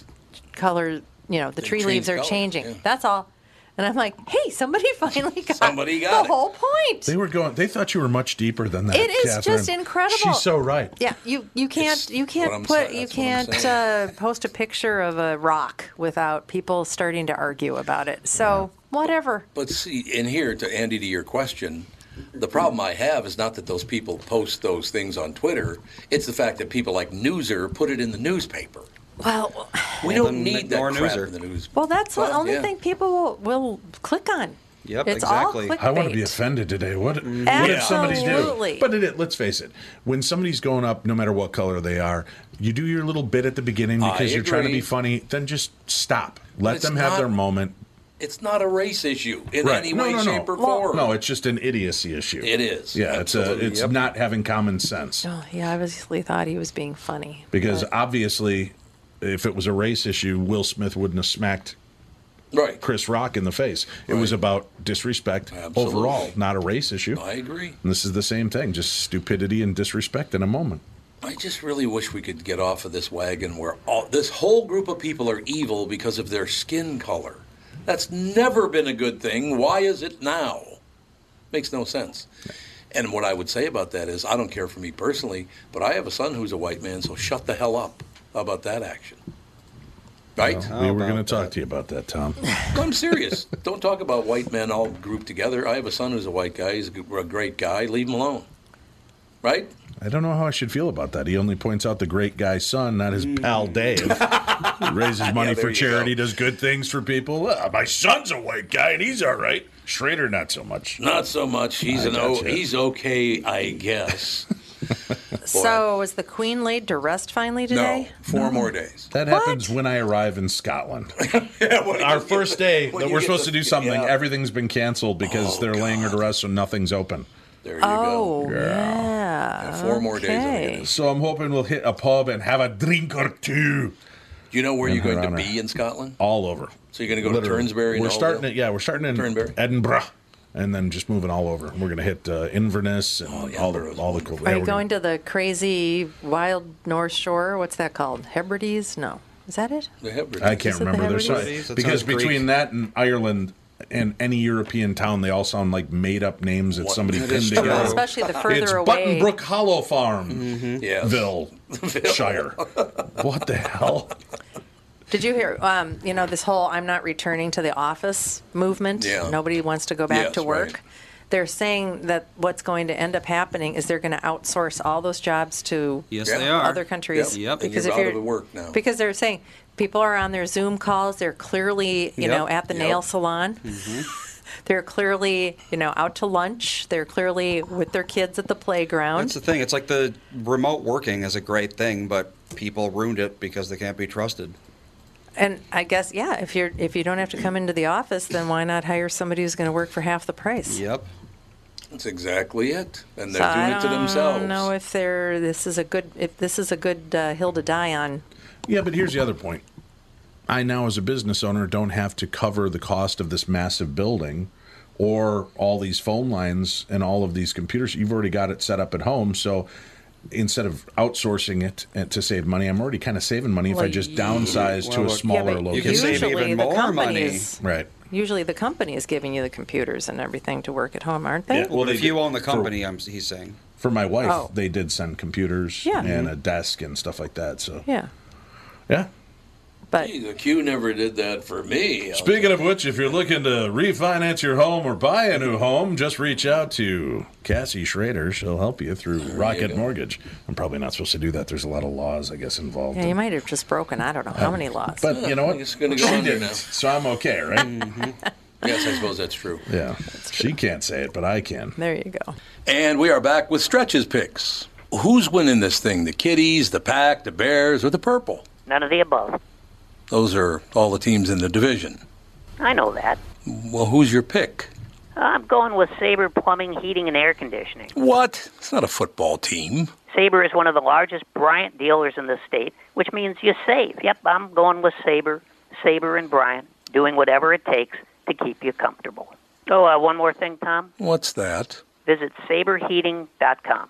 color, you know, the,
They
tree
change
leaves are
color,
changing. That's all. And I'm like, hey, somebody finally got,
Somebody got
the
it.
whole point.
They were going. They thought you were much deeper than that.
It is
Catherine.
just incredible.
She's so right.
Yeah, you you can't you
what I'm
can't put
saying-
you
that's what I'm
can't uh, post a picture of a rock without people starting to argue about it. So whatever.
But see, and here to Andy, to your question, the problem I have is not that those people post those things on Twitter. It's the fact that people like Newser put it in the newspaper.
Well,
We
Well,
don't
then
need that
ignore
crap
Newser.
in the news.
well, that's the
Well,
only
yeah.
thing people will, will click on.
Yep,
It's all exactly.
I want to be
clickbait. Mm-hmm.
offended today. What, what if somebody
Absolutely.
did? But it, let's face it, when somebody's going up, no matter what color they are, you do your little bit at the beginning
I
because you're trying to be
agree.
funny. Then just stop. Let
It's
them have
not
their moment.
It's not a race issue in
Right.
any
No,
way,
no, no.
shape, or form.
No, it's just an idiocy issue.
It is.
Yeah, it's a,
Absolutely,
it's
yep.
not having common sense
Oh, yeah, I obviously thought he was being funny.
because obviously, if it was a race issue, Will Smith wouldn't have smacked.
Right.
Chris Rock in the face. It was about disrespect overall, not a race issue.
I agree.
And this is the same thing, just stupidity and disrespect in a moment.
I just really wish we could get off of this wagon where all, this whole group of people are evil because of their skin color. That's never been a good thing. Why is it now? Makes no sense. And what I would say about that is, I don't care for me personally, but I have a son who's a white man, so shut the hell up about that action. Right?
Well, we were going to talk to you about that, Tom.
No, I'm serious. Don't talk about white men all grouped together. I have a son who's a white guy. He's a g- a great guy. Leave him alone. Right?
I don't know how I should feel about that. He only points out the great guy's son, not his pal Dave. He raises money
Yeah, there
for
you
charity, does good things for people. Ah, my son's a white guy, and he's all right. Schrader, not so much.
Not so much. He's
I
an o-
gotcha.
he's okay, I guess.
So was the queen laid to rest finally today?
four more days.
That happens when I arrive in Scotland. Our first day
when
that
you
we're
get
supposed
the-
to do something,
yeah. Oh,
everything's been canceled because they're laying her to rest, so nothing's open.
There
oh, yeah.
four more days and we get
Okay.
So I'm hoping we'll hit a pub and have a drink or two.
Do you know where
In
you're going
her
to
honor.
be in Scotland?
All over.
So you're going to go to
Literally.
Turnsbury?
We're
and
starting
Oldville?
it. Yeah, we're starting in
Turnberry.
Edinburgh, and then just moving all over. We're going to hit uh, Inverness and
Oh,
all the all the cool. yeah,
Are you
we're gonna-
going to the crazy wild North Shore? What's that called? Hebrides? No. Is that it?
The Hebrides.
I can't
Is it the
remember. There's
Hebrides?
so,
That
because
sounds Greek.
between that and Ireland and any European town, they all sound like made up names that
What-
somebody
That
pinned
is
together.
true. Well,
especially the
it's
further away.
Buttonbrook Hollow Farm,
Yes.
Ville, Shire. What the hell?
Did you hear? Um, you know this whole "I'm not returning to the office" movement.
Yeah.
Nobody wants to go back
Yes,
to work.
right.
They're saying that what's going to end up happening is they're going to outsource all those jobs to
Yes, they are.
other countries.
Yep. Yep. And
Because
you're
if
out
you're
of the work now.
because they're saying people are on their Zoom calls. They're clearly you
Yep. Mm-hmm.
know at the
Yep.
nail salon. They're clearly you know out to lunch. They're clearly with their kids at the playground.
That's the thing. It's like the remote working is a great thing, but people ruined it because they can't be trusted.
And I guess yeah, if you're if you don't have to come into the office, then why not hire somebody who's going to work for half the price?
Yep.
That's exactly it. And they're
So
doing it to
I
themselves.
don't know if they're this is a good if this is a good uh, hill to die on.
Yeah, but here's the other point. I now, as a business owner, don't have to cover the cost of this massive building or all these phone lines and all of these computers. You've already got it set up at home. So instead of outsourcing it and- to save money, I'm already kind of saving money if I just downsize to
Well,
a
yeah,
smaller
but
location.
you can save Usually even the more money.
companies-
Right.
Usually, the company is giving you the computers and everything to work at home, aren't they?
Well, if you own the company, I'm, he's saying.
For my wife,
Oh.
they did send computers
Yeah. Mm-hmm.
and a desk and stuff like that. So,
yeah.
yeah.
But
Gee, the Q never did that for me.
Speaking of which, if you're looking to refinance your home or buy a new home, just reach out to Cassie Schrader. She'll help you through Rocket Mortgage. I'm probably not supposed to do that. There's a lot of laws, I guess, involved.
Yeah, you might have just broken. I don't know how many laws.
But you know what?
It's gonna go
she
under
didn't,
now.
so I'm okay, right?
Mm-hmm. yes, I suppose that's true.
yeah. She can't say it, but I can.
There you go.
And we are back with stretches picks. who's winning this thing? The Kitties, the Pack, the Bears, or the Purple?
None of the above.
Those are all the teams in the division.
I know that.
Well, who's your pick?
I'm going with Sabre Plumbing, Heating, and Air Conditioning.
What? It's not a football team.
Sabre is one of the largest Bryant dealers in the state, which means you save. Yep, I'm going with Sabre, Sabre and Bryant, doing whatever it takes to keep you comfortable. Oh, uh, one more thing, Tom.
What's that?
Visit saberheating.com.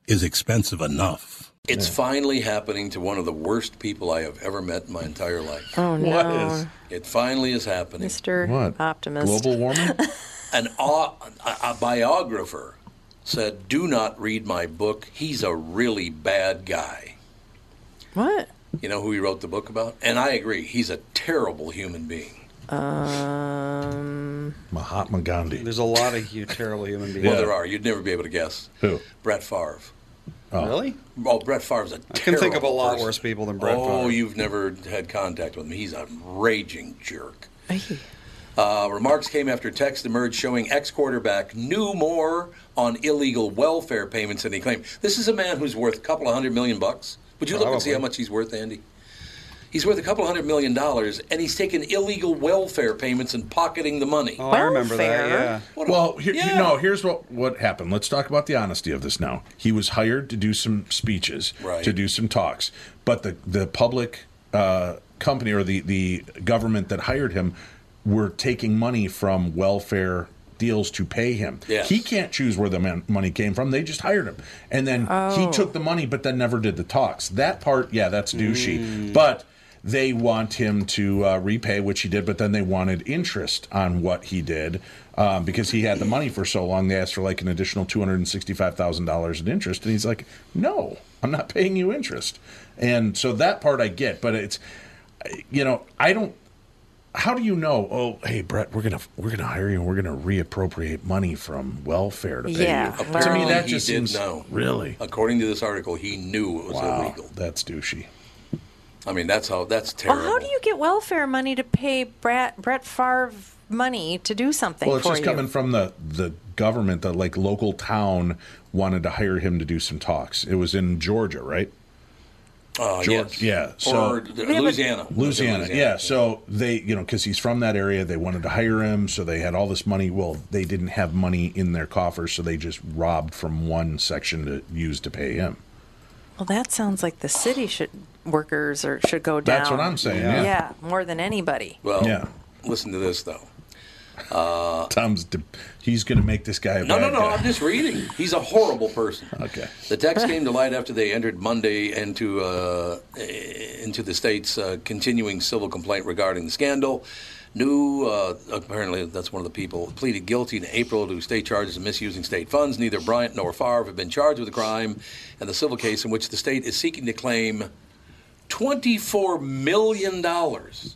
is expensive enough.
It's finally happening to one of the worst people I have ever met in my entire life.
Oh, no. What is-
It finally is happening.
Mr. Optimist.
warming? An au- a, a biographer said, "Do not read my book. He's a really bad guy."
What?
You know who he wrote the book about? And I agree. He's a terrible human being.
Um,
Mahatma Gandhi.
There's a lot of you terrible human beings.
Well, there are. You'd never be able to guess.
Who?
Brett Favre.
Oh.
Really?
Oh, Brett Favre's a
I can think of a
terrible
lot
person.
worse people than Brett
oh,
Favre.
you've never had contact with him. He's a raging jerk. Uh, remarks came after text emerged showing ex quarterback knew more on illegal welfare payments than he claimed. This is a man who's worth a couple of hundred million bucks. Would you look and see how
Probably.
much he's worth, Andy? He's worth a couple of hundred million dollars, and he's taking illegal welfare payments and pocketing the money.
Oh, I remember that, yeah.
Well, here, you know, here's what what happened. Let's talk about the honesty of this now. He was hired to do some speeches,
Right.
to do some talks, but the the public uh, company or the the government that hired him were taking money from welfare deals to pay him.
Yes.
He can't choose where the man, money came from. They just hired him. And then he
Oh.
took the money but then never did the talks. That part, yeah, that's douchey.
Mm.
But they want him to uh, repay, which he did, but then they wanted interest on what he did um, because he had the money for so long. They asked for like an additional two hundred and sixty-five thousand dollars in interest, and he's like, "No, I'm not paying you interest." And so that part I get, but it's you know I don't. How do you know? Oh, hey Brett, we're gonna we're gonna hire you, and we're gonna reappropriate money from welfare to pay
Yeah,
you.
apparently
to me, that
he
just
did
seems
know.
really
According to this article, he knew it was
Wow,
illegal.
That's douchey.
I mean, that's how. That's
well,
terrible.
Oh, how do you get welfare money to pay Brett, Brett Favre money to do something
well, it's
for
just
you?
coming from the the government. The like local town wanted to hire him to do some talks. It was in Georgia, right?
Uh,
George, yeah.
yes.
So
Or Oh, Louisiana.
Louisiana, yeah. So they, you know, because he's from that area, they wanted to hire him, so they had all this money. Well, they didn't have money in their coffers, so they just robbed from one section to use to pay him.
Well, that sounds like the city should workers or should go down.
That's what I'm saying, yeah.
yeah more than anybody.
Well,
yeah.
Listen to this though. Uh,
Tom's de- he's going to make this guy a
No, no,
bad
no.
guy.
I'm just reading. He's a horrible person.
Okay.
The text came to light after they entered Monday into uh, into the state's uh, continuing civil complaint regarding the scandal. New, uh, apparently that's one of the people, pleaded guilty in April to state charges of misusing state funds. Neither Bryant nor Favre have been charged with the crime, and the civil case in which the state is seeking to claim twenty-four million dollars.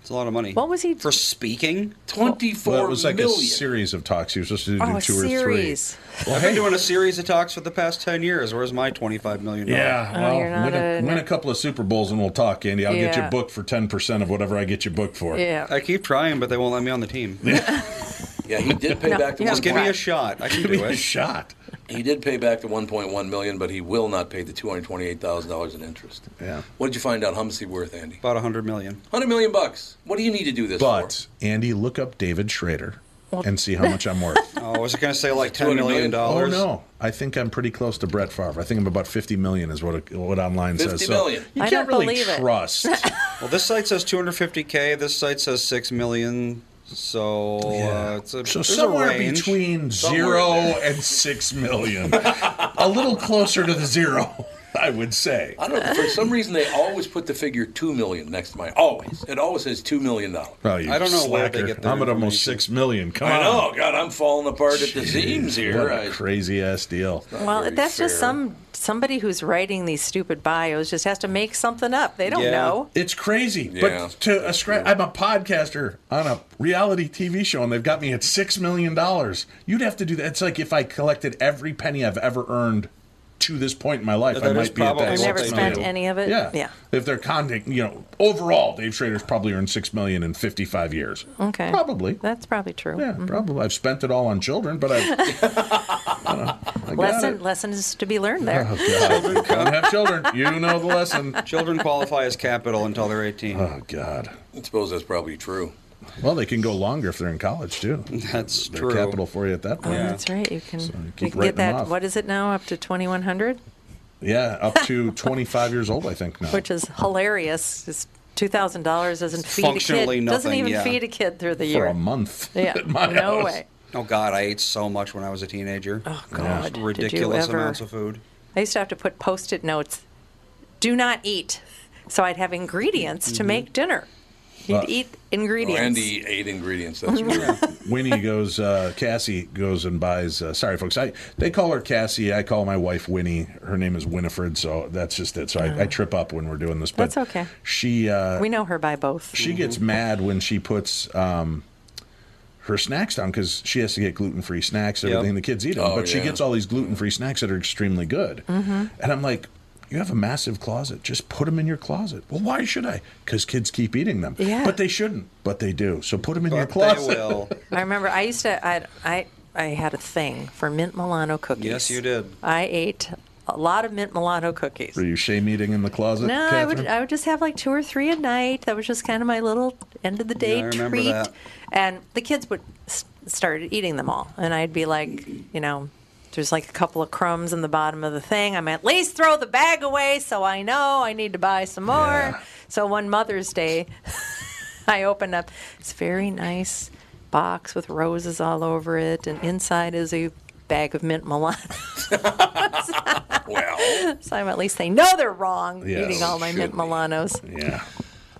It's a lot of money.
What was he
for speaking?
Twenty-four
Well,
million.
it was like a series of talks. He was supposed to do
Oh,
two
a
or three.
series.
Well,
I've
hey.
been doing a series of talks for the past ten years. Where's my twenty-five million?
Yeah, well, win, Oh, a, win a couple of Super Bowls and we'll talk, Andy. I'll get
Yeah.
you booked for ten percent of whatever I get you booked for.
I keep trying, but they won't let me on the team.
Yeah, he did pay
No,
back the
yeah,
one.
just give me a shot. I can Give do me a it.
shot.
He did pay back the 1.1 million, but he will not pay the 228 thousand dollars in interest.
Yeah.
What did you find out? How much he worth, Andy?
About hundred million.
100 million bucks. What do you need to do this for?
But Andy, look up David Schrader and see how much I'm worth.
Oh, I was going to say like ten
$200
million
Oh
dollars.
no, I think I'm pretty close to Brett Favre. I think I'm about fifty million is what what online says.
50
So
million.
you
I
can't
don't
really
believe it.
trust.
Well, this site says 250k. This site says six million. So uh, it's a, there's
So
a
somewhere
range.
between
Somewhere
zero
in there.
and six million, a little closer to the zero. I would say.
I don't know. For some reason, they always put the figure two million next to mine. Always, it always says two million dollars.
Oh, you
I don't know where they
slacker.
get their
I'm at almost six million. Come
I
on.
know. God, I'm falling apart at the
Jeez,
seams
What
here.
a
I,
crazy ass deal.
Well, that's just some somebody who's writing these stupid bios just has to make something up. They don't know.
It's crazy.
Yeah.
But to a scra- I'm a podcaster on a reality TV show, and they've got me at six million dollars. You'd have to do that. It's like if I collected every penny I've ever earned to this point in my life,
That
I
is
might be at
probably
that.
what
six
they
Never
million.
spent any of it.
Yeah.
Yeah.
If they're conduct, you know, overall, Dave Schrader's probably earned six million in fifty-five years.
Okay.
Probably.
That's probably true. Mm-hmm.
Yeah, probably. I've spent it all on children, but I've, I don't know. I got
Lesson
it. Oh,
lessons to be learned there.
God. Don't have children. You know the lesson.
Children qualify as capital until they're 18.
Oh, God.
I suppose that's probably true.
Well, they can go longer if they're in college too. That's they're
true.
Capital for you at that
Oh,
point.
that's right. You can, you
keep
can get
writing them
that.
off.
What is it now? Up to twenty one hundred,
Yeah, up to 25 years old, I think now.
which is hilarious. It's two thousand dollars doesn't feed a kid.
Functionally
doesn't
nothing,
even
yeah.
feed a kid through the year.
month.
Yeah,
at my
no
house.
way.
Oh God, I ate so much when I was a teenager. Oh
God, did you
ridiculous
ever-
amounts of food.
I used to have to put post-it notes. Do not eat. So I'd have ingredients to
Mhm.
make dinner. You'd
Uh,
eat ingredients.
Andy ate ingredients. That's true.
Winnie goes, uh, Cassie goes and buys. Uh, sorry, folks. I they call her Cassie. I call my wife Winnie. Her name is Winifred. So that's just it. So I, I trip up when we're doing this. But
Ah. That's okay.
She uh,
We know her by both.
She gets mad when she puts um, her snacks down because she has to get gluten free snacks. and
Yep.
Everything the kids eat them,
Oh,
but she
yeah.
gets all these gluten free snacks that are extremely good.
Mm-hmm.
Mhm.
And I'm like, you have a massive closet. Just put them in your closet. Well, why should I? Because kids keep eating them.
Yeah.
But they shouldn't. But they do. So put them in your
they
closet.
will.
I remember I used to I I I had a thing for mint Milano cookies.
Yes, you did.
I ate a lot of mint Milano cookies.
Were you shame eating in the closet?
No, I would
Catherine?
I would just have like two or three a night. That was just kind of my little end of the day
Yeah, I remember
treat.
that.
And the kids would s- start eating them all, and I'd be like, you know, there's like a couple of crumbs in the bottom of the thing. I'm at least throw the bag away, so I know I need to buy some more. So one Mother's Day, I opened up this very nice box with roses all over it, and inside is a bag of mint Milano. well, so I'm at least they know they're wrong
Yeah,
eating all my
should
mint
be.
Milanos.
Yeah.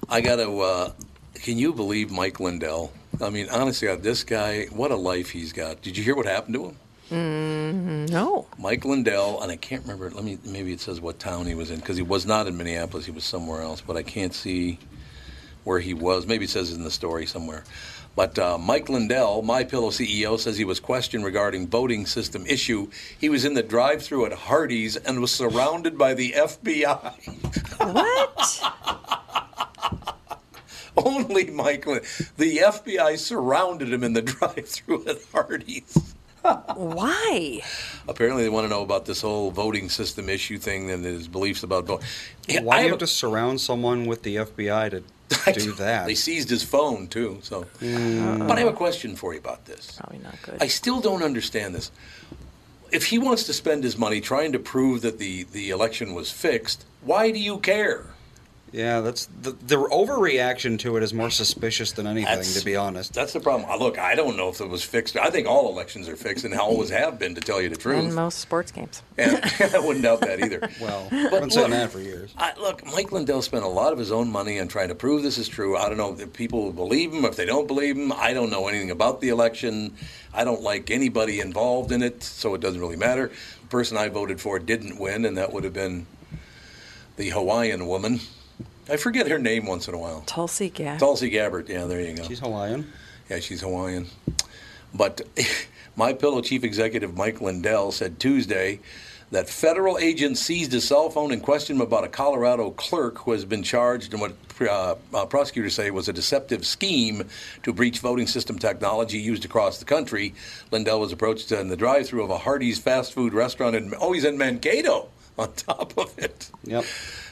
I got to. Uh, can you believe Mike Lindell? I mean, honestly, uh, this guy, what a life he's got. Did you hear what happened to him?
Mm, no.
Mike Lindell, and I can't remember. Let me maybe it says what town he was in because he was not in Minneapolis. He was somewhere else, but I can't see where he was. Maybe it says in the story somewhere. But uh, Mike Lindell, My Pillow CEO, says he was questioned regarding voting system issue. He was in the drive-through at Hardee's and was surrounded by the FBI.
What?
Only Mike. Lind- the FBI surrounded him in the drive-through at Hardee's.
Why?
Apparently, they want to know about this whole voting system issue thing and his beliefs about voting.
Why do you have to surround someone with the FBI to do that?
They seized his phone too. So,
Mm.
but I have a question for you about this.
Probably not good.
I still don't understand this. If he wants to spend his money trying to prove that the the election was fixed, why do you care?
Yeah, that's the, the overreaction to it is more suspicious than anything, to be honest.
That's the problem. Uh, Look, I don't know if it was fixed. I think all elections are fixed and always have been, to tell you the
In
truth.
most sports games.
And I wouldn't doubt that either.
Well,
But
I've been saying
look-
that for years.
I, look, Mike Lindell spent a lot of his own money on trying to prove this is true. I don't know if people will believe him, if they don't believe him. I don't know anything about the election. I don't like anybody involved in it, so it doesn't really matter. The person I voted for didn't win, and that would have been the Hawaiian woman. I forget her name once in a while.
Tulsi Gabbard.
Tulsi Gabbard. Yeah, there you go. She's
Hawaiian.
Yeah, she's Hawaiian. But my pillow chief executive Mike Lindell said Tuesday that federal agents seized his cell phone and questioned him about a Colorado clerk who has been charged in what uh, uh, prosecutors say was a deceptive scheme to breach voting system technology used across the country. Lindell was approached in the drive-through of a Hardee's fast food restaurant in oh, he's in Mankato on top of it
Yep.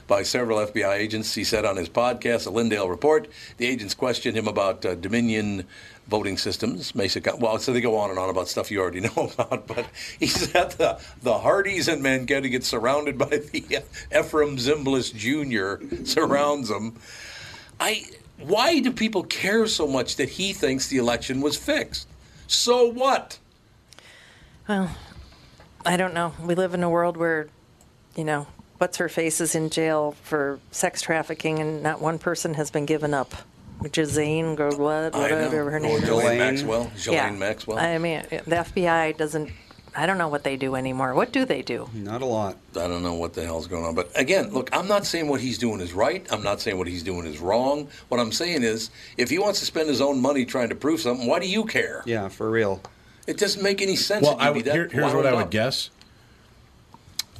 by several FBI agents. He said on his podcast, The Lindale Report, the agents questioned him about uh, Dominion voting systems. Mesa, well, so they go on and on about stuff you already know about, but he's at the, the Hardys and Mankato get surrounded by the Ephraim Zimbalist Jr. surrounds him. I, why do people care so much that he thinks the election was fixed? So what?
Well, I don't know. We live in a world where, you know, what's her face is in jail for sex trafficking, and not one person has been given up. Jazane Gorblet,
I know.
whatever her
Or
name is.
Ghislaine Maxwell. Ghislaine
Yeah.
Maxwell.
I mean, the FBI doesn't. I don't know what they do anymore. What do they do?
Not a lot. I don't know what the hell's going on. But again, look, I'm not saying what he's doing is right. I'm not saying what he's doing is wrong. What I'm saying is, if he wants to spend his own money trying to prove something, why do you care?
Yeah, for real.
It doesn't make any sense.
Well,
that you'd
I,
be
would-
that
here, here's what
wound
I would
up.
guess.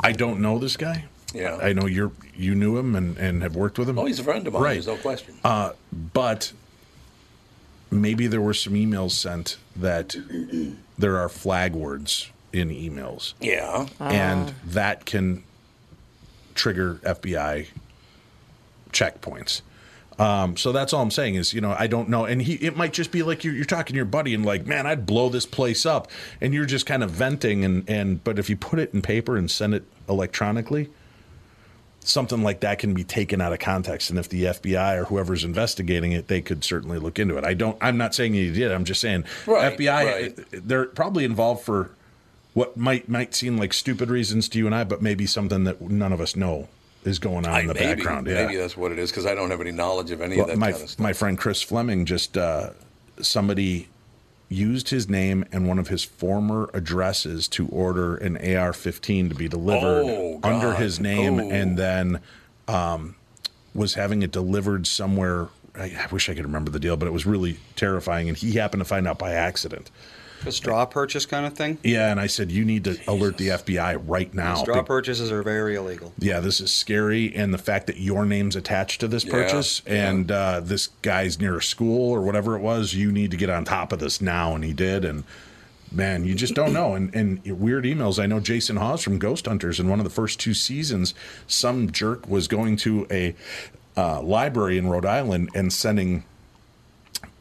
I don't know this guy.
Yeah.
I know you're you knew him and, and have worked with him.
Oh, he's a friend of mine.
Right.
There's no question.
Uh, but maybe there were some emails sent that there are flag words in emails.
Yeah.
And that can trigger FBI checkpoints. Um, so that's all I'm saying is, you know, I don't know. And he, it might just be like you're, you're talking to your buddy and like, man, I'd blow this place up. And you're just kind of venting. And, and, but if you put it in paper and send it electronically, something like that can be taken out of context. And if the FBI or whoever's investigating it, they could certainly look into it. I don't, I'm not saying he did. I'm just saying
Right,
FBI,
right.
they're probably involved for what might, might seem like stupid reasons to you and I, but maybe something that none of us know is going on in the
maybe,
background. Yeah.
Maybe that's what it is because I don't have any knowledge of any
Well,
of that
my,
kind of stuff.
my friend Chris Fleming just uh, somebody used his name and one of his former addresses to order an AR-15 to be delivered
Oh,
under
God. Oh.
his name,
Ooh.
and then um, was having it delivered somewhere. I, I wish I could remember the deal, but it was really terrifying, and he happened to find out by accident.
A straw purchase kind of thing.
Yeah, and I said, "You need to alert the FBI right now."
straw purchases are very illegal.
yeah, this is scary, and the fact that your name's attached to this
Yeah,
purchase, and uh, this guy's near a school or whatever it was, you need to get on top of this now. And he did, and man, you just don't know. And and weird emails. I know Jason Hawes from Ghost Hunters in one of the first two seasons, some jerk was going to a uh, library in Rhode Island and sending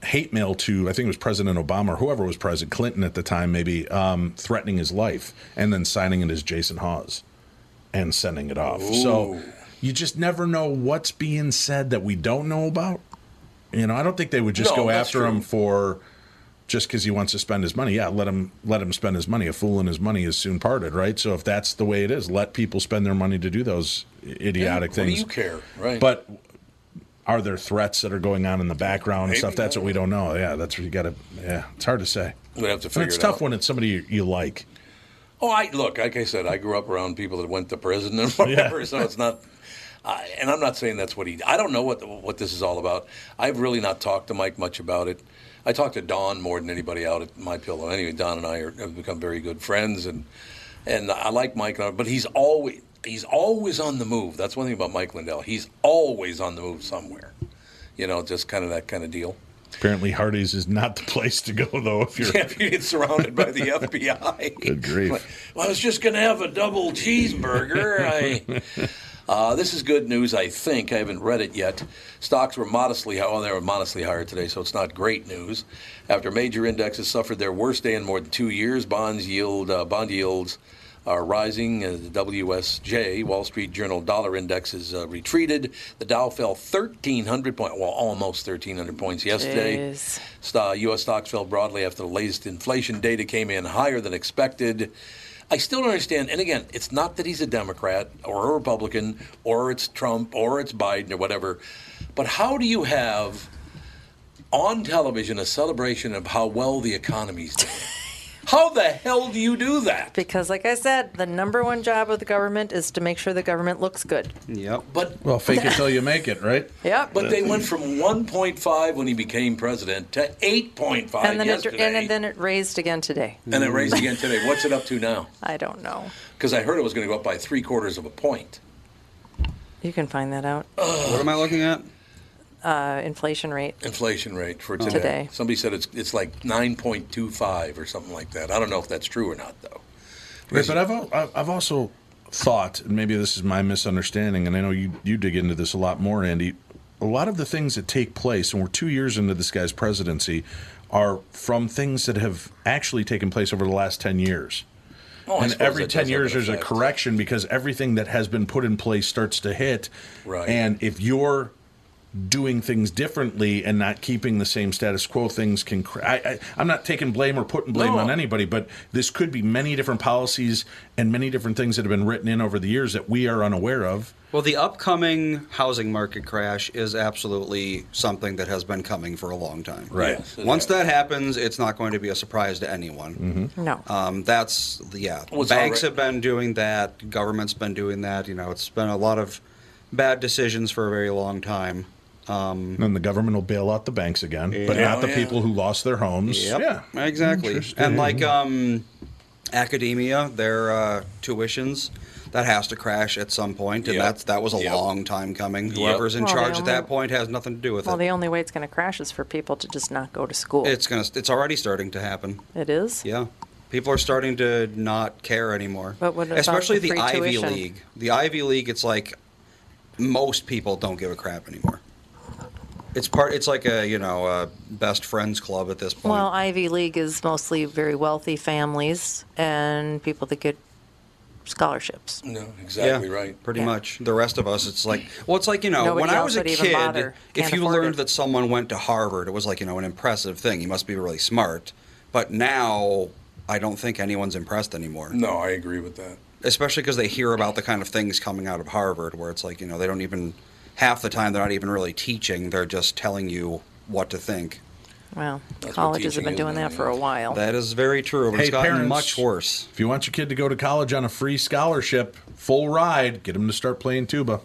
hate mail to I think it was President Obama or whoever was President Clinton at the time, maybe um, threatening his life and then signing it as Jason Hawes and sending it off. So
Ooh.
you just never know what's being said that we don't know about. You know, I don't think they would just
No,
go
that's
after him for just because he wants to spend his money. Yeah, let him let him spend his money. A fool and his money is soon parted, right? So if that's the way it is, let people spend their money to do those idiotic
what do
things.
you care, right?
But are there threats that are going on in the background and
Maybe,
stuff? That's what we don't know. Yeah, that's what you got to. Yeah, it's hard to say.
We'd have to
And
figure
It's
it
tough
out.
when it's somebody you, you like.
Oh, I look. Like I said, I grew up around people that went to prison and whatever. So it's not. I and I'm not saying that's what he. I don't know what what this is all about. I've really not talked to Mike much about it. I talked to Don more than anybody out at my pillow. Anyway, Don and I are, have become very good friends, and and I like Mike, uh, but he's always he's always on the move. That's one thing about Mike Lindell. He's always on the move somewhere. You know, just kind of that kind of deal.
Apparently, Hardee's is not the place to go though. If you're
Yeah, if you get surrounded by the FBI.
good grief,
Well, I was just going to have a double cheeseburger. I, uh, this is good news, I think. I haven't read it yet. Stocks were modestly higher. Oh, they were modestly higher today, so it's not great news. After major indexes suffered their worst day in more than two years, bonds yield uh, bond yields are rising. Uh, the WSJ Wall Street Journal Dollar Index has uh, retreated. The Dow fell 1,300 points, well, almost 1,300 points yesterday.
Jeez.
Sto- U.S. stocks fell broadly after the latest inflation data came in higher than expected. I still don't understand. And again, it's not that he's a Democrat or a Republican or it's Trump or it's Biden or whatever. But how do you have on television a celebration of how well the economy's doing? how the hell do you do that?
Because, like I said, the number one job of the government is to make sure the government looks good.
Yep.
But
well, fake it till you make it, right?
Yep.
But they went from 1.5 when he became president to 8.5
and then
yesterday,
it and then it raised again today.
and it raised again today. What's it up to now?
I don't know.
Because I heard it was going to go up by three quarters of a point.
You can find that out.
What am I looking at?
Uh, inflation rate.
Inflation rate for
Oh.
today.
Today.
Somebody said it's it's like 9.25 or something like that. I don't know if that's true or not though.
Right, but I've al- I've I've also thought, and maybe this is my misunderstanding, and I know you you dig into this a lot more, Andy. A lot of the things that take place, and we're two years into this guy's presidency, are from things that have actually taken place over the last ten years.
Oh, I
and
suppose
every
that
ten
does have
years,
an
there's a
effect.
correction because everything that has been put in place starts to hit.
Right.
And if you're doing things differently and not keeping the same status quo things can cr- I, I i'm not taking blame or putting blame
No.
on anybody but this could be many different policies and many different things that have been written in over the years that we are unaware of
Well, the upcoming housing market crash is absolutely something that has been coming for a long time.
Right. Yes, it
Once that happens, it's not going to be a surprise to anyone.
No.
Um, that's yeah.
Well, it's
Banks
alre-
have been doing that. Government's been doing that. You know, it's been a lot of bad decisions for a very long time. Um,
and then the government will bail out the banks again but
Yeah.
not the
Oh, yeah.
people who lost their homes
Yep,
yeah
exactly.
Interesting.
And like um, academia, their uh, tuitions that has to crash at some point, and
Yep.
that's that was a long time coming. Whoever's in
Well, they
charge at
only-
that point has nothing to do with
Well,
it.
the only way it's going to crash is for people to just not go to school.
It's gonna. It's already starting to happen.
It is?
Yeah, people are starting to not care anymore.
But what about
Especially
the
the,
free
Ivy
tuition?
League. The Ivy League. It's like most people don't give a crap anymore. It's part. It's like a you know a best friends club at this point.
Well, Ivy League is mostly very wealthy families and people that get scholarships.
No,
Yeah, Pretty much. The rest of us, it's like, well, it's like you know,
Nobody
when I
else
was a
would even
kid,
bother.
if
Can't
you
afford
learned that someone went to Harvard, it was like you know an impressive thing. You must be really smart. But now, I don't think anyone's impressed anymore.
No, I agree with that.
Especially because they hear about the kind of things coming out of Harvard, where it's like you know they don't even half the time they're not even really teaching; they're just telling you what to think.
Well,
what
colleges have been
teaching is
doing
now,
that for a while.
uh, That is very true. But it's gotten much worse.
If you want your kid to go to college on a free scholarship, full ride, get him to start playing tuba.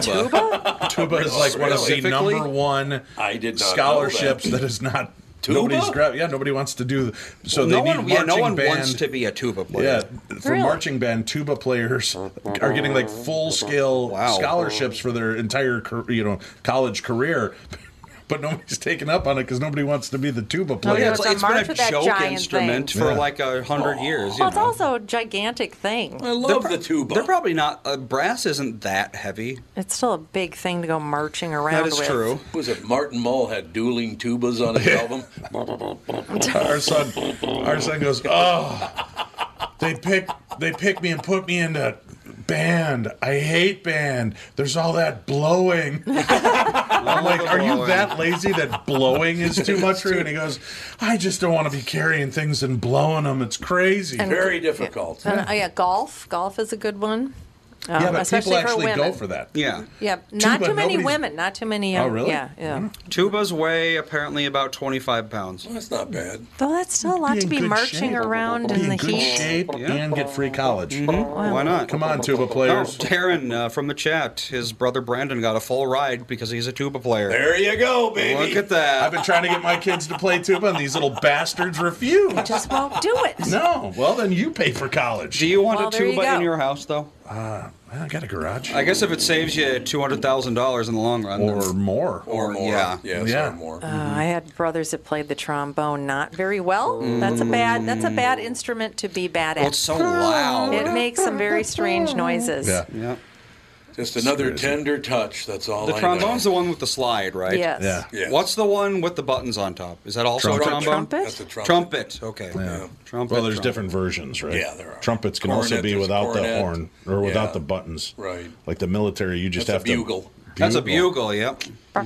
Tuba, tuba is like one of the
Specifically?
number one
I did not know
scholarships
that.
that is not
Tuba?
nobody's grab. Yeah, nobody wants to do. So
Well, no
they
one-
need marching
yeah, no one
band.
wants to be a tuba
Yeah,
player.
for
Really?
marching band, tuba players are getting like full scale scholarships for their entire car- you know college career. But nobody's taking up on it because nobody wants to be the tuba
Oh,
player.
yeah, it's, like, it's
march
been
with
a
that
joke
giant
instrument
thing.
for
Yeah.
like a hundred years. You
Well, it's
know?
also a gigantic thing. I
love
the tuba. They're probably not. Uh, brass isn't that heavy.
It's still a big thing to go marching around with.
Was it Martin Mull had dueling tubas on his album?
our son, our son goes, oh, they pick, they pick me and put me into band. I hate band. There's all that blowing. I'm like, are you that lazy that blowing is too much for you? And he goes, I just don't want to be carrying things and blowing them. It's crazy.
And- Very
difficult.
And, uh, yeah, golf. Golf is a good one.
Yeah,
Um,
but
especially
people actually
for women.
go for that.
Yeah.
Yeah, not
Tuba,
too many
nobody's-
women. Not too many. Um, Yeah, yeah.
Tubas weigh apparently about twenty-five pounds.
that's not bad.
Though that's still a lot
Be
to
in
be
good
marching
shape.
around in the
good
heat.
shape and get free college.
Mm-hmm.
Mm-hmm.
Why not?
Come on, tuba players.
Oh, Taryn uh, from the chat, his brother Brandon got a full ride because he's a tuba player.
There you go, baby.
Look at that.
I've been trying to get my kids to play tuba, and these little bastards refuse. I
just won't do it.
No. Well, then you pay for college.
Do you want
Well,
a
there you
tuba
go.
in your house though?
Uh, I got a garage.
I guess if it saves you two hundred thousand dollars in the long run,
or more,
or, more, yeah,
yes,
yeah,
or more.
Uh, I had brothers that played the trombone not very well. That's a bad. That's a bad instrument to be bad at.
Well, it's so loud.
It makes some very strange noises.
yeah.
Just another
Seriously.
tender touch. That's all.
The
I
trombone's
know.
the one with the slide, right?
Yes. Yeah. Yes.
What's the one with the buttons on top? Is that also
Trumpet.
a trombone?
Trumpet? That's a trumpet.
Trumpet. Okay.
Yeah.
Trumpet.
well, there's
trumpet.
different versions, right?
Yeah, there are.
Trumpets can also
Cornet,
be
there's
without the
cornet.
horn or without
Yeah.
the buttons.
Right.
Like the military, you just
That's a
have
bugle.
to.
That's a
bugle. Yep.
All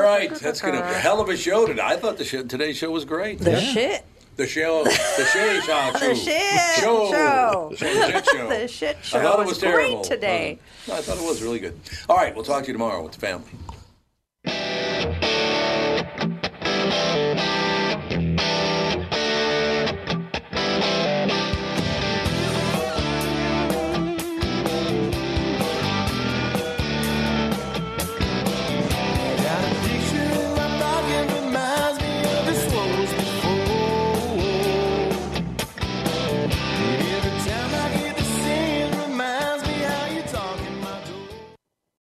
right, that's going to be a hell of a show today. I thought the show, today's show was great.
The shit.
The show. The shay show.
The shit show.
Show. Shit show.
the shit
I
show
thought it
was,
was terrible.
great today.
No, I thought it was really good. All right, we'll talk to you tomorrow with the family.